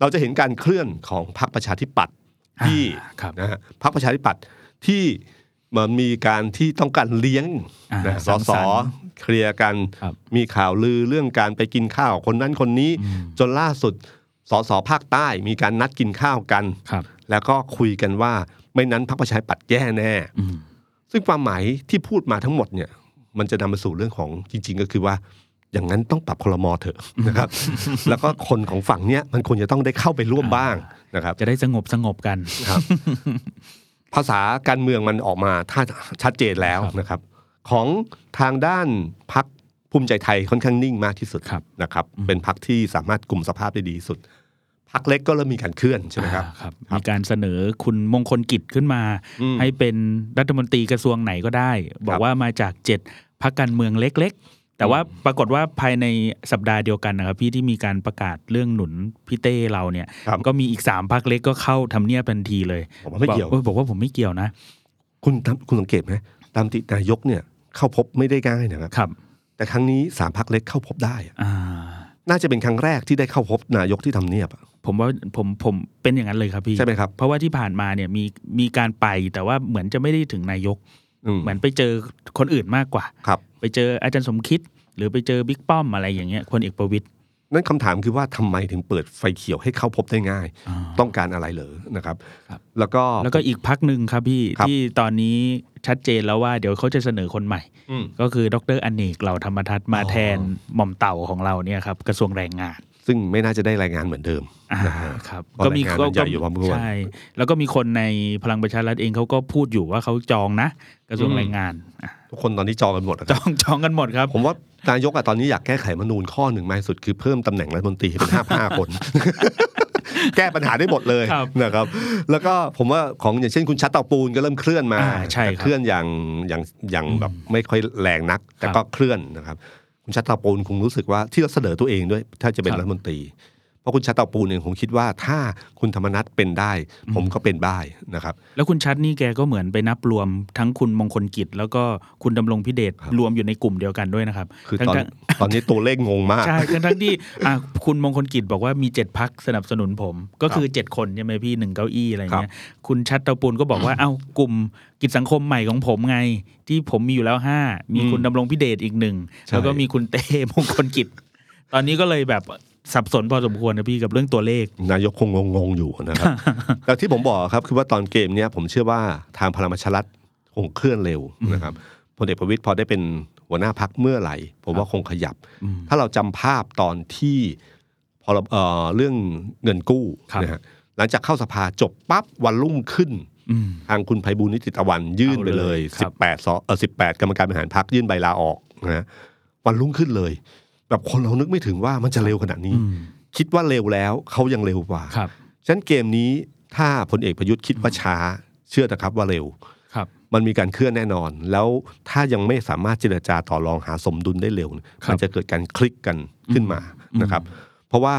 Speaker 2: เราจะเห็นการเคลื่อนของพรรคประชาธิปัตย์ที่
Speaker 3: อ่าครับ
Speaker 2: นะฮะพรรคประชาธิปัตย์ที่มันมีการที่ต้องการเลี้ยง
Speaker 3: อ่า
Speaker 2: นะส
Speaker 3: สัง
Speaker 2: ส
Speaker 3: สรรค์
Speaker 2: เคลียร์กัน
Speaker 3: ครับ
Speaker 2: มีข่าวลือเรื่องการไปกินข้าวคนนั้นคนนี้
Speaker 3: อืม
Speaker 2: จนล่าสุดสสภาคใต้มีการนัดกินข้าวกัน
Speaker 3: ครับ
Speaker 2: แล้วก็คุยกันว่าไม่นั้นพรรคประชาธิปัตย์แย่แน่
Speaker 3: อืม
Speaker 2: ซึ่งความหมายที่พูดมาทั้งหมดเนี่ย มันจะนำมาสู่เรื่องของจริง ๆ ก็คือว่า อย่างนั้นต้องปรับคลมอเถอะ นะครับ แล้วก็คนของฝั่งเนี้ยมันควรจะต้องได้เข้าไปร่วมบ้างนะครับ
Speaker 3: จะได้สงบสงบกัน
Speaker 2: ครับ ภาษาการเมืองมันออกมาถ้าชัดเจนแล้ว
Speaker 3: ครับ
Speaker 2: นะครับ ของทางด้านพักภูมิใจไทยค่อนข้างนิ่งมากที่สุด
Speaker 3: ครับ
Speaker 2: นะครับ เป็นพักที่สามารถกลุ่มสภาพได้ดีที่สุดพักเล็กก็เริ่มมีการเคลื่อนใช่ไหมครับ
Speaker 3: อ่าครับมีการเสนอคุณมงคลกิจขึ้นมา
Speaker 2: อืม
Speaker 3: ให้เป็นรัฐมนตรีกระทรวงไหนก็ได้ บอ
Speaker 2: ครั
Speaker 3: ก
Speaker 2: บ
Speaker 3: ว่ามาจากเจ็ดพักการเมืองเล็กๆ แต่ว่าปรากฏว่าภายในสัปดาห์เดียวกันนะครับพี่ที่มีการประกาศเรื่องหนุนพี่เต้เราเนี่ย
Speaker 2: ครับ
Speaker 3: ก็มีอีกสามพักเล็กก็เข้าทำเนียบทันทีเลย
Speaker 2: ผมว่าไม่เกี่ยว
Speaker 3: บอกบอกว่าผมไม่เกี่ยวนะ
Speaker 2: คุณทำคุณสังเกตไหมตามตินายกเนี่ยเข้าพบไม่ได้ง่ายนะครับ
Speaker 3: ครับ
Speaker 2: แต่ครั้งนี้สามพักเล็กเข้าพบได้อะ
Speaker 3: อ่า
Speaker 2: น่าจะเป็นครั้งแรกที่ได้เข้าพบนายกที่ทำเนียบอะ
Speaker 3: ผมว่าผมผมเป็นอย่างนั้นเลยครับพี่
Speaker 2: ใช่ไหมครับ
Speaker 3: เพราะว่าที่ผ่านมาเนี่ยมีมีการไปแต่ว่าเหมือนจะไม่ได้ถึงนายก
Speaker 2: อืม
Speaker 3: เหมือนไปเจอคนอื่นมากกว่า
Speaker 2: ครับ
Speaker 3: ไปเจออาจารย์สมคิด หรือไปเจอบิ๊กป้อมอะไรอย่างเงี้ยคนเอกประวิตย
Speaker 2: นั่นคำถามคือว่าทำไมถึงเปิดไฟเขียวให้เข้าพบได้ง่าย
Speaker 3: อ่า
Speaker 2: ต้องการอะไรเหรอนะครับ
Speaker 3: ครับ
Speaker 2: แล้วก็
Speaker 3: แล้วก็อีกพักหนึ่งครับพี่
Speaker 2: ครับ
Speaker 3: ที่ตอนนี้ชัดเจนแล้วว่าเดี๋ยวเขาจะเสนอคนใหม่
Speaker 2: อืม
Speaker 3: ก็คือดรอเนกเหล่าธรรมทัศน์มา
Speaker 2: อ๋อ
Speaker 3: แทนหม่อมเต่าของเราเนี่ยครับกระทรวงแรงงาน
Speaker 2: ซึ่งไม่น่าจะได้รายงานเหมือนเดิม
Speaker 3: อ่า
Speaker 2: นะฮะ
Speaker 3: ครับ
Speaker 2: ก็แรงงานมันใหญ่อยู่พอสมควร
Speaker 3: ใช่แล้วก็มีคนในพลังประชารัฐเองเขาก็พูดอยู่ว่าเขาจองนะ กระทรวง
Speaker 2: อืม
Speaker 3: แรงงานอ่ะ
Speaker 2: ทุกคนตอนนี้จองกันหมดนะค
Speaker 3: จ
Speaker 2: รับ
Speaker 3: องจองกันหมดครับ
Speaker 2: ผมว่านายกอะตอนนี้อยากแก้ไขมนูญข้อหนึ่งมากที่สุดคือเพิ่มตำแหน่งรัฐมนตรีให้เป็นห้าห้าคน แก้ปัญหาได้หมดเลย
Speaker 3: ครับ
Speaker 2: นะครับ แล้วก็ผมว่าของอย่างเช่นคุณชัดเต่าปูนก็เริ่มเคลื่อนมา
Speaker 3: อ่าใช่ครับ
Speaker 2: แต่เคลื่อนอย่างอย่างอย่างแบบไม่ค่อยแรงนัก แต่
Speaker 3: ครับ
Speaker 2: ก็เคลื่อนนะครับ คุณชัดเต่าปูนคงรู้สึกว่าที่เราเสนอตัวเองด้วย ถ้าจะเป็น
Speaker 3: ครับ
Speaker 2: รัฐมนตรี เพราะคุณชัดเต่าปูนเองผมคิดว่าถ้าคุณธรรมนัฐเป็นได้ ผมก็เป็นได้นะครับ
Speaker 3: แล้วคุณชัดนี่แกก็เหมือนไปนับรวมทั้งคุณมงคลกิจ แล้วก็คุณดำรงพิเดช
Speaker 2: ครับ
Speaker 3: รวมอยู่ในกลุ่มเดียวกันด้วยนะครับ
Speaker 2: คือ
Speaker 3: ทั้ง
Speaker 2: ตอน
Speaker 3: ทั้ง
Speaker 2: ตอนนี้ตัวเลขงงมาก
Speaker 3: ใช่ทั้งทั้งที่อ่ะคุณมงคลกิจบอกว่ามีเจ็ดพักสนับสนุนผม ก็คือเจ็ดคนใช่ไหมพี่หนึ่งเก้าอี้อะไรเงี้ยคุณชัดเตาปูนก็บอกว่า เอ้ากลุ่มกิจสังคมใหม่ของผมไง ที่ผมมีอยู่แล้วห้ามีคุณดำรงพิเดชอีกหนึ่ง
Speaker 2: ใช่
Speaker 3: แล้วก็มีคุณเต้มงคลกิจ ตอนนี้ก็เลยแบบสับสนพอสมควรนะพี่กับเรื่องตัวเลข
Speaker 2: นายกคงงงๆอยู่นะครับ แต่ที่ผมบอกครับคือว่าตอนเกมเนี้ยผมเชื่อว่าทางพลังประชารัฐคงเคลื่อนเร็วนะครับพลเอกประวิตยพอได้เป็นหัวหน้าพักเมื่อไหร่ ผมว่าคงขยับ
Speaker 3: อืม
Speaker 2: ถ้าเราจำภาพตอนที่พอเราเอ่อเรื่องเงินกู้
Speaker 3: ครับ
Speaker 2: นะฮะหลังจากเข้าสภาจบปั๊บวันรุ่งขึ้น
Speaker 3: อืม
Speaker 2: ทางคุณไพบูลย์นิติตะวันยื่นไปเลย
Speaker 3: เอาเลยครับ
Speaker 2: 18สอเออ18 กรรมการบริหารพักยื่นใบลาออกนะฮะวันรุ่งขึ้นเลย แบบคนเรานึกไม่ถึงว่ามันจะเร็วขนาดนี้
Speaker 3: อืม
Speaker 2: คิดว่าเร็วแล้วเขายังเร็วกว่า
Speaker 3: ครับ
Speaker 2: ฉะนั้นเกมนี้ถ้าพลเอกประยุทธ์คิดว่าช้า เชื่อนะครับว่าเร็ว
Speaker 3: ครับ
Speaker 2: มันมีการเคลื่อนแน่นอน แล้วถ้ายังไม่สามารถเจรจาต่อรองหาสมดุลได้เร็ว
Speaker 3: ครับ
Speaker 2: มันจะเกิดการคลิกกันขึ้นมา
Speaker 3: อืม
Speaker 2: นะครับ เพราะว่า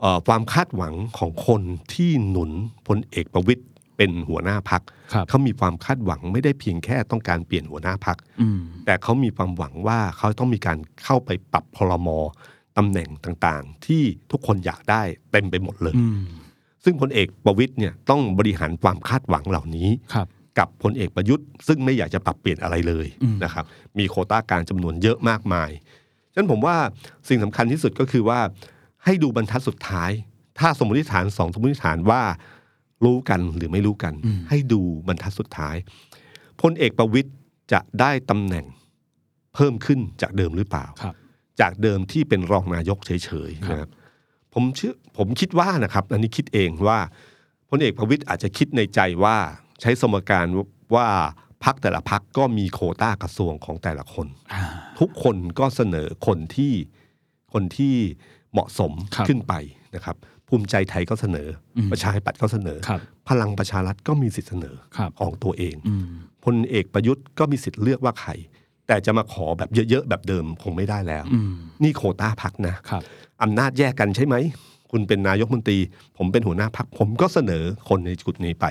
Speaker 2: เอ่อความคาดหวังของคนที่หนุนพลเอกประวิตยเป็นหัวหน้าพัก
Speaker 3: ครับ
Speaker 2: เขามีความคาดหวังไม่ได้เพียงแค่ต้องการเปลี่ยนหัวหน้าพัก
Speaker 3: อืม
Speaker 2: แต่เขามีความหวังว่าเขาต้องมีการเข้าไปปรับพลมตำแหน่งต่างๆ ที่ทุกคนอยากได้เต็มไปหมดเลย
Speaker 3: อืม
Speaker 2: ซึ่งพลเอกประวิตยเนี่ยต้องบริหารความคาดหวังเหล่านี้
Speaker 3: ครับ
Speaker 2: กับพลเอกประยุทธ์ซึ่งไม่อยากจะปรับเปลี่ยนอะไรเลย
Speaker 3: อืม
Speaker 2: นะครับ มีโควต้าการจำนวนเยอะมากมายฉะนั้นผมว่าสิ่งสำคัญที่สุดก็คือว่า ให้ดูบรรทัดสุดท้าย ถ้าสมมติฐานสองสมมติฐานว่ารู้กันหรือไม่รู้กัน ให้ดูบรรทัดสุดท้ายพลเอกประวิตยจะได้ตำแหน่งเพิ่มขึ้นจากเดิมหรือเปล่า
Speaker 3: ครับ
Speaker 2: จากเดิมที่เป็นรองนายกเฉยๆ
Speaker 3: ครับ
Speaker 2: นะครับผมเชื่อผมคิดว่านะครับ อันนี้คิดเองว่าพลเอกประวิตยอาจจะคิดในใจว่าใช้สมการว่าพักแต่ละพักก็มีโควต้ากระทรวงของแต่ละคน
Speaker 3: อ่า
Speaker 2: ทุกคนก็เสนอคนที่คนที่เหมาะสม
Speaker 3: ครับ
Speaker 2: ขึ้นไปนะครับ ภูมิใจไทยก็เสนออ
Speaker 3: ม
Speaker 2: ประชาธิปัตย์ก็เสนอ
Speaker 3: ครับ
Speaker 2: พลังประชารัฐก็มีสิทธิ์เสนอ
Speaker 3: ครับ
Speaker 2: ของตัวเอง
Speaker 3: อืม
Speaker 2: พลเอกประยุทธ์ก็มีสิทธิ์เลือกว่าใคร แต่จะมาขอแบบเยอะๆ แบบเดิมคงไม่ได้แล้ว
Speaker 3: อืม
Speaker 2: นี่โควต้าพักนะครับ อำนาจแยกกันใช่ไหม คุณเป็นนายกมนตรี ผมเป็นหัวหน้าพัก ผมก็เสนอคนในจุดนี้ไป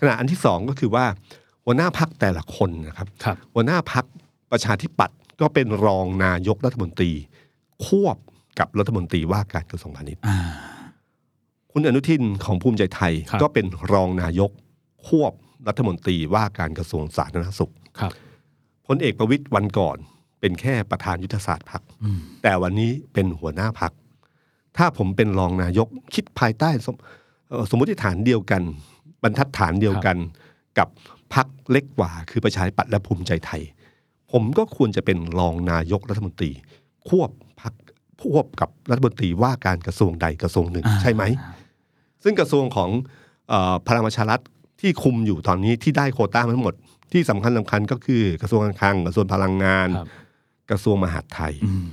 Speaker 2: ขณะอันที่สองก็คือว่า หัวหน้าพักแต่ละคนนะครับ
Speaker 3: ครับ
Speaker 2: หัวหน้าพักประชาธิปัตย์ก็เป็นรองนายกรัฐมนตรี ควบกับรัฐมนตรีว่าการกระทรวงพาณิชย์
Speaker 3: อ่า
Speaker 2: คุณอนุทินของภูมิใจไทย
Speaker 3: ครับ
Speaker 2: ก็เป็นรองนายก ควบรัฐมนตรีว่าการกระทรวงสาธารณสุข
Speaker 3: ครับ
Speaker 2: พลเอกประวิตยวันก่อน เป็นแค่ประธานยุทธศาสตร์พัก
Speaker 3: อืม
Speaker 2: แต่วันนี้เป็นหัวหน้าพัก ถ้าผมเป็นรองนายกคิดภายใต้สมเอ่อสมมติฐานเดียวกัน บรรทัดฐานเดียวกันกับพักเล็กกว่า คือประชาธิปัตย์และภูมิใจไทย ผมก็ควรจะเป็นรองนายกรัฐมนตรี ควบพักควบกับรัฐมนตรีว่าการกระทรวงใดกระทรวงหนึ่ง
Speaker 3: อ่า
Speaker 2: ใช่ไหม ซึ่งกระทรวงของเออพลังประชารัฐที่คุมอยู่ตอนนี้ที่ได้โควต้ามาทั้งหมด ที่สำคัญสำคัญก็คือกระทรวงการคลังกระทรวงพลังงาน
Speaker 3: ครับ
Speaker 2: กระทรวงมหาดไทย
Speaker 3: อืม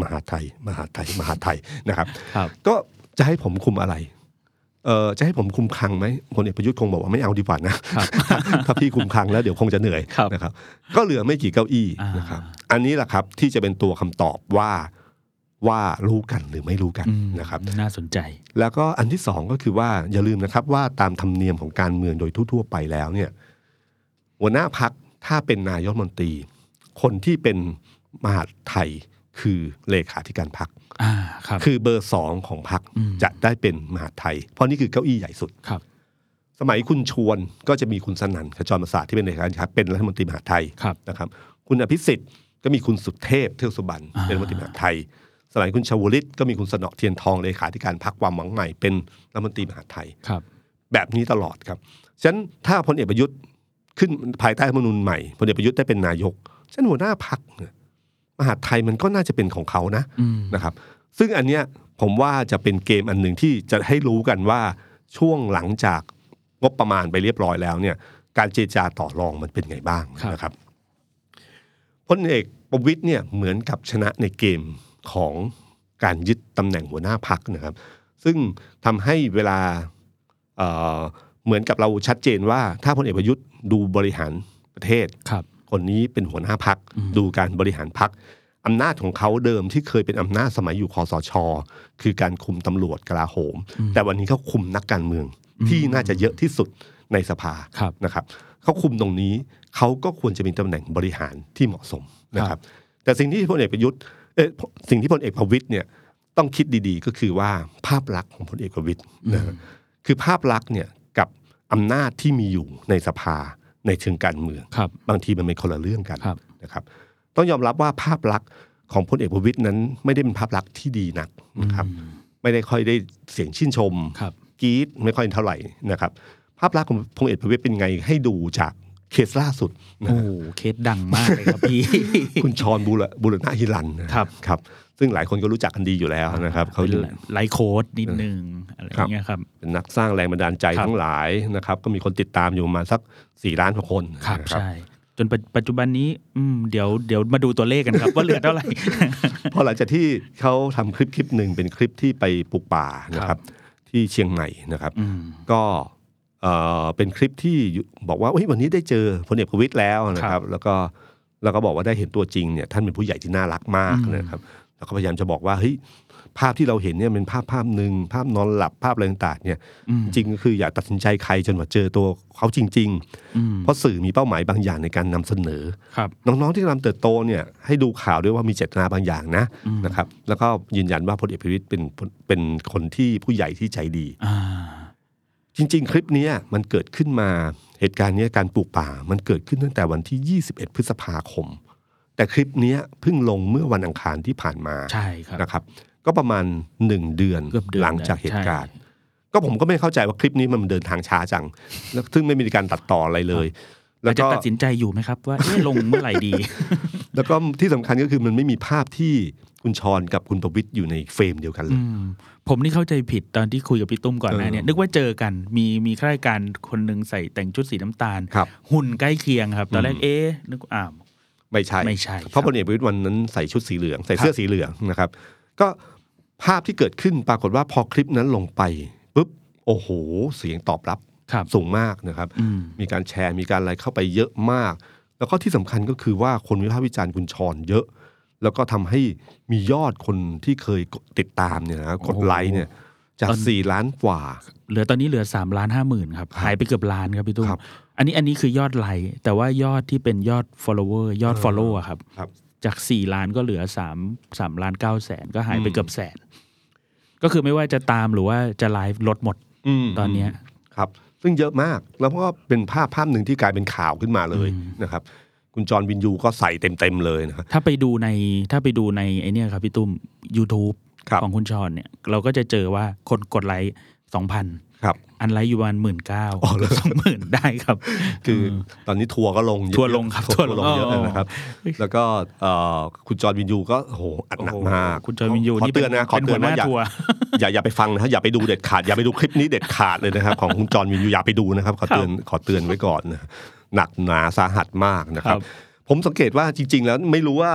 Speaker 2: มหาไทย มหาไทย มหาไทยนะครับ
Speaker 3: ครับ
Speaker 2: ก็จะให้ผมคุมอะไร เออจะให้ผมคุมคลังไหมพลเอกประยุทธ์คงบอกว่าไม่เอาดีกว่านะ
Speaker 3: ครับ
Speaker 2: ถ้าพี่คุมคลังแล้วเดี๋ยวคงจะเหนื่อย
Speaker 3: ครับ
Speaker 2: นะครับ ก็เหลือไม่กี่เก้าอี้
Speaker 3: อ่าน
Speaker 2: นะครับ อันนี้แหละครับที่จะเป็นตัวคำตอบว่าว่ารู้กันหรือไม่รู้กัน
Speaker 3: อืม
Speaker 2: นะครับ
Speaker 3: น่าสนใจ
Speaker 2: แล้วก็อันที่สองก็คือว่าอย่าลืมนะครับว่าตามธรรมเนียมของการเมืองโดยทั่ว ๆ ไปแล้วเนี่ยหัวหน้าพักถ้าเป็นนายกรัฐมนตรี คนที่เป็นมหาดไทยคือเลขาธิการพัก
Speaker 3: อ่า ครับ
Speaker 2: คือเบอร์สองของพัก
Speaker 3: อืม
Speaker 2: จะได้เป็นมหาดไทย เพราะนี่คือเก้าอี้ใหญ่สุด
Speaker 3: ครับ
Speaker 2: สมัยคุณชวนก็จะมีคุณสนั่นขจรประสาทที่เป็นเลขาธิการพักเป็นรัฐมนตรีมหาดไทย
Speaker 3: ครับ
Speaker 2: นะครับ คุณอภิสิทธิ์ก็มีคุณสุเทพเทือกสุบรรณ
Speaker 3: อ่า
Speaker 2: เป็นรัฐมนตรีมหาดไทย สมัยคุณชวลิตก็มีคุณสนอเทียนทองเลขาธิการพักความหวังใหม่เป็นรัฐมนตรีมหาดไทย
Speaker 3: ครับ
Speaker 2: แบบนี้ตลอดครับ ฉะนั้นถ้าพลเอกประยุทธ์ขึ้นภายใต้รัฐธรรมนูญใหม่พลเอกประยุทธ์ได้เป็นนายก ฉะนันหัวหน้าพักมหาดไทยมันก็น่าจะเป็นของเขานะ
Speaker 3: อืม
Speaker 2: นะครับ ซึ่งอันเนี้ยผมว่าจะเป็นเกมอันหนึ่งที่จะให้รู้กันว่าช่วงหลังจากงบประมาณไปเรียบร้อยแล้วเนี่ยการเจรจาต่อรองมันเป็นไงบ้าง
Speaker 3: ครับ
Speaker 2: นะครับพลเอกประวิตยเนี่ยเหมือนกับชนะในเกมของการยึดตำแหน่งหัวหน้าพักนะครับ ซึ่งทำให้เวลาเอ่อเหมือนกับเราชัดเจนว่า ถ้าพลเอกประยุทธ์ดูบริหารประเทศ
Speaker 3: ครับ
Speaker 2: คนนี้เป็นหัวหน้าพัก
Speaker 3: อืม
Speaker 2: ดูการบริหารพักอำนาจของเขาเดิมที่เคยเป็นอำนาจสมัยอยู่คอสช คือการคุมตำรวจกลาโหม แต่วันนี้เขาคุมนักการเมืองที่น่าจะเยอะที่สุดในสภา
Speaker 3: ครับ
Speaker 2: นะครับเขาคุมตรงนี้เขาก็ควรจะมีตำแหน่งบริหารที่เหมาะสมนะครับ แต่สิ่งที่พลเอกประยุทธ์เอ่อสิ่งที่พลเอกประวิตยเนี่ยต้องคิดดีๆ ก็คือว่าภาพลักษณ์ของพลเอกประวิตยนะคือภาพลักษณ์เนี่ยกับอำนาจที่มีอยู่ในสภาในเชิงการเมือง
Speaker 3: ครับ
Speaker 2: บางทีมันเป็นคนละเรื่องกัน
Speaker 3: ครับ
Speaker 2: นะครับต้องยอมรับว่าภาพลักษณ์ของพลเอกประวิตยนั้นไม่ได้เป็นภาพลักษณ์ที่ดีนักนะครับไม่ได้ค่อยได้เสียงชื่นชม
Speaker 3: ครับ
Speaker 2: กรี๊ดไม่ค่อยเท่าไหร่นะครับภาพลักษณ์ของพลเอกประวิตยเป็นไงให้ดูจากเคสล่าสุดนะ
Speaker 3: โอ้
Speaker 2: ฮะ
Speaker 3: โหเคสดังมากเลยครับพี่
Speaker 2: คุณชอนบุรบุรณะฮิรันนะครับ ครับซึ่งหลายคนก็รู้จักกันดีอยู่แล้วนะครับเขา
Speaker 3: เป็นไลฟ์โค้ดนิดนึงอะไรอย่างเงี้ยครับ
Speaker 2: เป็นนักสร้างแรงบันดาลใจ
Speaker 3: ครับ
Speaker 2: ทั้งหลายนะครับก็มีคนติดตามอยู่ประมาณสัก4ล้านกว่าคน
Speaker 3: ครับ
Speaker 2: นะ
Speaker 3: ใช่ จนปัจปัจจุบันนี้ อืมเดี๋ยวเดี๋ยวมาดูตัวเลขกันครับ ว่าเหลือเท่าไหร่
Speaker 2: พอหลังจากที่เขาทำคลิปคลิปหนึ่งเป็นคลิปที่ไปปลูกป่านะครับที่เชียงใหม่นะครับ
Speaker 3: อืม
Speaker 2: ก็เอ่อเป็นคลิปที่อยู่บอกว่าเฮ้ยวันนี้ได้เจอพลเอกประวิตยแล้วนะค
Speaker 3: ครั
Speaker 2: รั
Speaker 3: บบ
Speaker 2: แล้วก็แล้วก็บอกว่าได้เห็นตัวจริงเนี่ยท่านเป็นผู้ใหญ่ที่น่ารักมาก
Speaker 3: อืม
Speaker 2: นะครับแล้วก็พยายามจะบอกว่าเฮ้ยภาพที่เราเห็นเนี่ยเป็นภาพภาพหนึ่งภาพนอนหลับภาพอะไรต่างๆเนี่ย
Speaker 3: อืม
Speaker 2: จริงๆก็คืออย่าตัดสินใจใครจนกว่าเจอตัวเขาจริง ๆ
Speaker 3: อืม
Speaker 2: เพราะสื่อมีเป้าหมายบางอย่างในการนำเสนอ
Speaker 3: ครับ
Speaker 2: น้องๆที่กำลังเติบโตเนี่ยให้ดูข่าวด้วยว่ามีเจตนาบางอย่างนะ
Speaker 3: อืม
Speaker 2: นะครับแล้วก็ยืนยันว่าพลเอกประวิตยเป็นเป็นคนที่ผู้ใหญ่ที่ใจดี
Speaker 3: อ่า
Speaker 2: จริง ๆ คลิปเนี้ยมันเกิดขึ้นมาเหตุการณ์เนี้ยการปลูกป่า มันเกิดขึ้นตั้งแต่วันที่ 21 พฤษภาคม แต่คลิปเนี้ยเพิ่งลงเมื่อวันอังคารที่ผ่านมา
Speaker 3: ใช่ครับ
Speaker 2: นะครับก็ประมาณหนึ่งเดือน
Speaker 3: เกือบเดือน
Speaker 2: หลังจากเหตุการณ์
Speaker 3: ใช่
Speaker 2: ก็ผมก็ไม่เข้าใจว่าคลิปนี้มันเดินทางช้าจังแล้วซึ่งไม่มีการตัดต่ออะไรเลย
Speaker 3: เราจะตัดสินใจอยู่ไหมครับ ว่าเอ๊ะลงเมื่อไหร่ดี
Speaker 2: แล้วก็ที่สำคัญก็คือมันไม่มีภาพที่คุณชรกับคุณประวิตยอยู่ในเฟรมเดียวกันเล
Speaker 3: อื
Speaker 2: ย
Speaker 3: มผมนี่เข้าใจผิดตอนที่คุยกับพี่ตุ้มก่อนหน้า
Speaker 2: เออ
Speaker 3: เนี่ยนึกว่าเจอกันมีมีข้าราชการคนหนึ่งใส่แต่งชุดสีน้ำตาล
Speaker 2: ครับ
Speaker 3: หุ่นใกล้เคียงครับ ตอนแรก
Speaker 2: อืม
Speaker 3: เอ๊ะนึกว่าอ้าว
Speaker 2: ไม่ใช่
Speaker 3: ไม่ใช่
Speaker 2: เพราะ
Speaker 3: ค
Speaker 2: พ
Speaker 3: รับ
Speaker 2: ลเอกประวิตยวันนั้นใส่ชุดสีเหลือง ใส่เสื้อสีเหลืองนะครับ ก็ ภาพที่เกิดขึ้นปรากฏว่าพอคลิปนั้นลงไปปุ๊บโอ้โห เสียงตอบรับ
Speaker 3: ครับ
Speaker 2: สูงมากนะครับ
Speaker 3: อืม
Speaker 2: มีการแชร์มีการอะไรเข้าไปเยอะมาก แล้วก็ที่สำคัญก็คือว่าคนวิพากษ์วิจารณ์คุณชรเยอะ แล้วก็ทำให้มียอดคนที่เคยกดติดตามเนี่ยนะครับกดไลค์เนี่ยจาก
Speaker 3: ตอน
Speaker 2: สี่ล้านกว่า
Speaker 3: เหลือตอนนี้เหลือ3ามล้านห้าหมื่นครับหายไปเกือบล้านครับพี่ตุ้ม
Speaker 2: ครับ
Speaker 3: อันนี้อันนี้คือยอดไลค์แต่ว่ายอดที่เป็นยอด follower ยอด follow อะครับ
Speaker 2: ครับ
Speaker 3: จาก 4 ล้านก็เหลือ3 3ล้าน9แสนก็หายไปเกือบแสน ก็คือไม่ว่าจะตามหรือว่าจะไลฟ์ลดหมด
Speaker 2: ม
Speaker 3: ตอนเนี้ย
Speaker 2: ครับซึ่งเยอะมากแล้วก็เป็นภาพภาพหนึ่งที่กลายเป็นข่าวขึ้นมาเลยนะครับ คุณจอร์นวินยูก็ใส่เต็มๆเลยนะครับ
Speaker 3: ถ้าไปดูในถ้าไปดูในไอเนี้ยครับพี่ตุ้ม YouTube
Speaker 2: ครับ
Speaker 3: ของคุณชอนเนี่ย เราก็จะเจอว่าคนกดไลค์2,000
Speaker 2: ครับ
Speaker 3: อันไลค์อยู่ประมาณหมื่นเก้าสองหมื่นได้ครับ
Speaker 2: คือตอนนี้ทัวร์ก็ลงเยอะ
Speaker 3: ทัวร์ลงครับ
Speaker 2: ทัวร์ลง
Speaker 3: ทัวร์ลง
Speaker 2: เยอะนะครับ แล้วก็เอ่อคุณจอร์นวินยูก็โอ้โหอัดหนักมาก
Speaker 3: โอ้โหคุณจอร์นวินยู
Speaker 2: ข
Speaker 3: นี่
Speaker 2: อ
Speaker 3: เป็น
Speaker 2: เตือนนะขอ
Speaker 3: เป็น
Speaker 2: เตือนว่า
Speaker 3: หัว
Speaker 2: อ
Speaker 3: หน้า
Speaker 2: ย่า
Speaker 3: ทัวร์
Speaker 2: อย่าอย่าไปฟังนะฮะอย่าไปดูเด็ดขาดอย่าไปดูคลิปนี้เด็ดขาดเลยนะครับ ของคุณจอร์นวินยูอย่าไปดูนะครับ ขอเตือนขอเตือนไว้ก่อนนะหนักหนาสาหัสมากนะครับ ผมสังเกตว่าจริง ๆ แล้วไม่รู้ว่า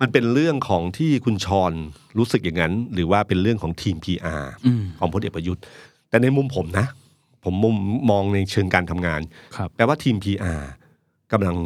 Speaker 2: มันเป็นเรื่องของที่คุณชรรู้สึกอย่างนั้น หรือว่าเป็นเรื่องของทีม PR
Speaker 3: อืม
Speaker 2: ของพลเอกประยุทธ์ แต่ในมุมผมนะ ผมมุมมองในเชิงการทำงาน
Speaker 3: ครับ
Speaker 2: แปลว่าทีม PR กำลัง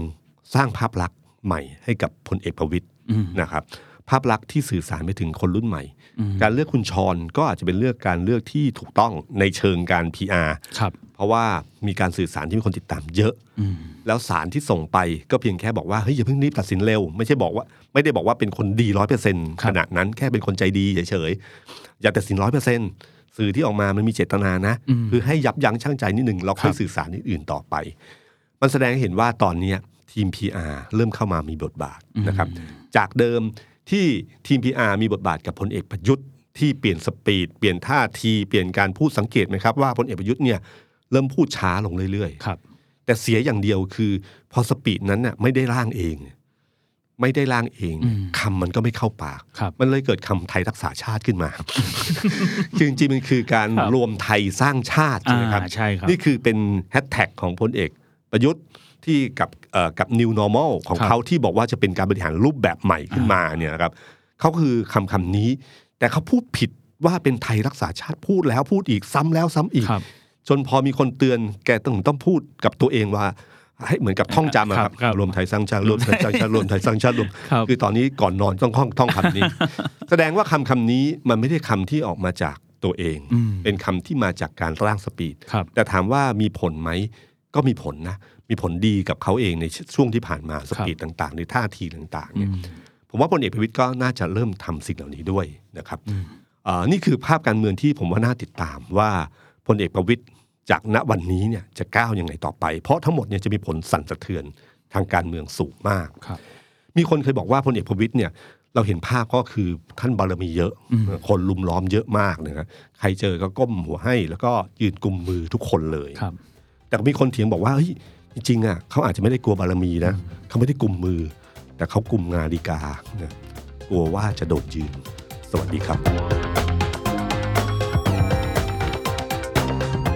Speaker 2: สร้างภาพลักษณ์ใหม่ให้กับพลเอกประวิตย
Speaker 3: อืม
Speaker 2: นะครับ ภาพลักษณ์ที่สื่อสารไปถึงคนรุ่นใหม่
Speaker 3: อืม
Speaker 2: การเลือกคุณชรก็อาจจะเป็นเลือกการเลือกที่ถูกต้องในเชิงการ PR
Speaker 3: ครับ
Speaker 2: เพราะว่ามีการสื่อสารที่มีคนติดตามเยอะ
Speaker 3: อืม
Speaker 2: แล้วสารที่ส่งไปก็เพียงแค่บอกว่าเฮ้ยอย่าเพิ่งรีบตัดสินเร็ว ไม่ใช่บอกว่าไม่ได้บอกว่าเป็นคนดีร้อยเปอร์เซ็น
Speaker 3: ครั
Speaker 2: ข
Speaker 3: บ
Speaker 2: นาดนั้นแค่เป็นคนใจดีเฉยๆอย่าตัดสินร้อยเปอร์เซ็นสื่อที่ออกมามันมีเจตนานะ คือให้ยับยั้งชั่งใจนิดหนึ่งเราค่อยสื่อสารอื่นๆต่อไป มันแสดงให้เห็นว่าตอนเนี้ยทีม PR เริ่มเข้ามามีบทบาทนะครับ จากเดิมที่ทีม PR มีบทบาทกับพลเอกประยุทธ์ที่เปลี่ยนสปีดเปลี่ยนท่าทีเปลี่ยนการพูดสังเกตไหมครับว่าพลเอกประยุทธ์เนี่ยเริ่มพูดช้าลงเรื่อยๆ
Speaker 3: ครับ
Speaker 2: แต่เสียอย่างเดียวคือพอสปีดนั้นน่ะไม่ได้ร่างเอง ไม่ได้ร่างเอง
Speaker 3: อืม
Speaker 2: คำมันก็ไม่เข้าปาก
Speaker 3: ครับ
Speaker 2: มันเลยเกิดคำไทยรักษาชาติขึ้นมา จริงจริงๆมันคือการ
Speaker 3: ครับ
Speaker 2: รวมไทยสร้างชาติใช่ไหมครับ
Speaker 3: อ่าใช่ครับ
Speaker 2: นี่คือเป็นแฮชแท็กของพลเอกประยุทธ์ที่กับเอ่อกับ new normal ของ
Speaker 3: ครับ
Speaker 2: เขาที่บอกว่าจะเป็นการบริหารรูปแบบใหม่ขึ้นมาเนี่ยนะครับเขาคือคำคำนี้ แต่เขาพูดผิดว่าเป็นไทยรักษาชาติพูดแล้วพูดอีกซ้ำแล้วซ้ำอีก
Speaker 3: ครับ
Speaker 2: จนพอมีคนเตือนแกต้องต้องพูดกับตัวเองว่าให้เหมือนกับท่องจำอะค
Speaker 3: ครั
Speaker 2: รับบ
Speaker 3: ครับ
Speaker 2: รวมไทยสร้างชาติรวมไทยสร้างชาติรวมไทยสร้างชาติรวม
Speaker 3: ครับ
Speaker 2: คือตอนนี้ก่อนนอนต้องท่องท่องคำนี้ แสดงว่าคำคำนี้มันไม่ได้คำที่ออกมาจากตัวเอง เป็นคำที่มาจากการร่างสปีด
Speaker 3: ครับ
Speaker 2: แต่ถามว่ามีผลไหมก็มีผลนะ มีผลดีกับเขาเองในช่วงที่ผ่านมาสปีดต่างๆ ในท่าทีต่างๆเนี่ยผมว่าพลเอกประวิตยก็น่าจะเริ่มทำสิ่งเหล่านี้ด้วยนะครับเอ่อนี่คือภาพการเมืองที่ผมว่าน่าติดตามว่าพลเอกประวิตยจากณวันนี้เนี่ยจะก้าวยังไงต่อไป เพราะทั้งหมดเนี่ยจะมีผลสั่นสะเทือนทางการเมืองสูงมาก
Speaker 3: ครับ
Speaker 2: มีคนเคยบอกว่าพลเอกประวิตยเนี่ยเราเห็นภาพก็คือท่านบารมีเยอะ คนลุมล้อมเยอะมากนะครับใครเจอก็ก้มหัวให้ แล้วก็ยืนกุมมือทุกคนเลย
Speaker 3: ครับ
Speaker 2: แต่ก็มีคนเถียงบอกว่าเฮ้ยจริงๆอ่ะเขาอาจจะไม่ได้กลัวบารมีนะเขาไม่ได้กลุ่มมือ แต่เขากลุ่มงาดีกานะกลัวว่าจะโดดยืน สวัสดีครับ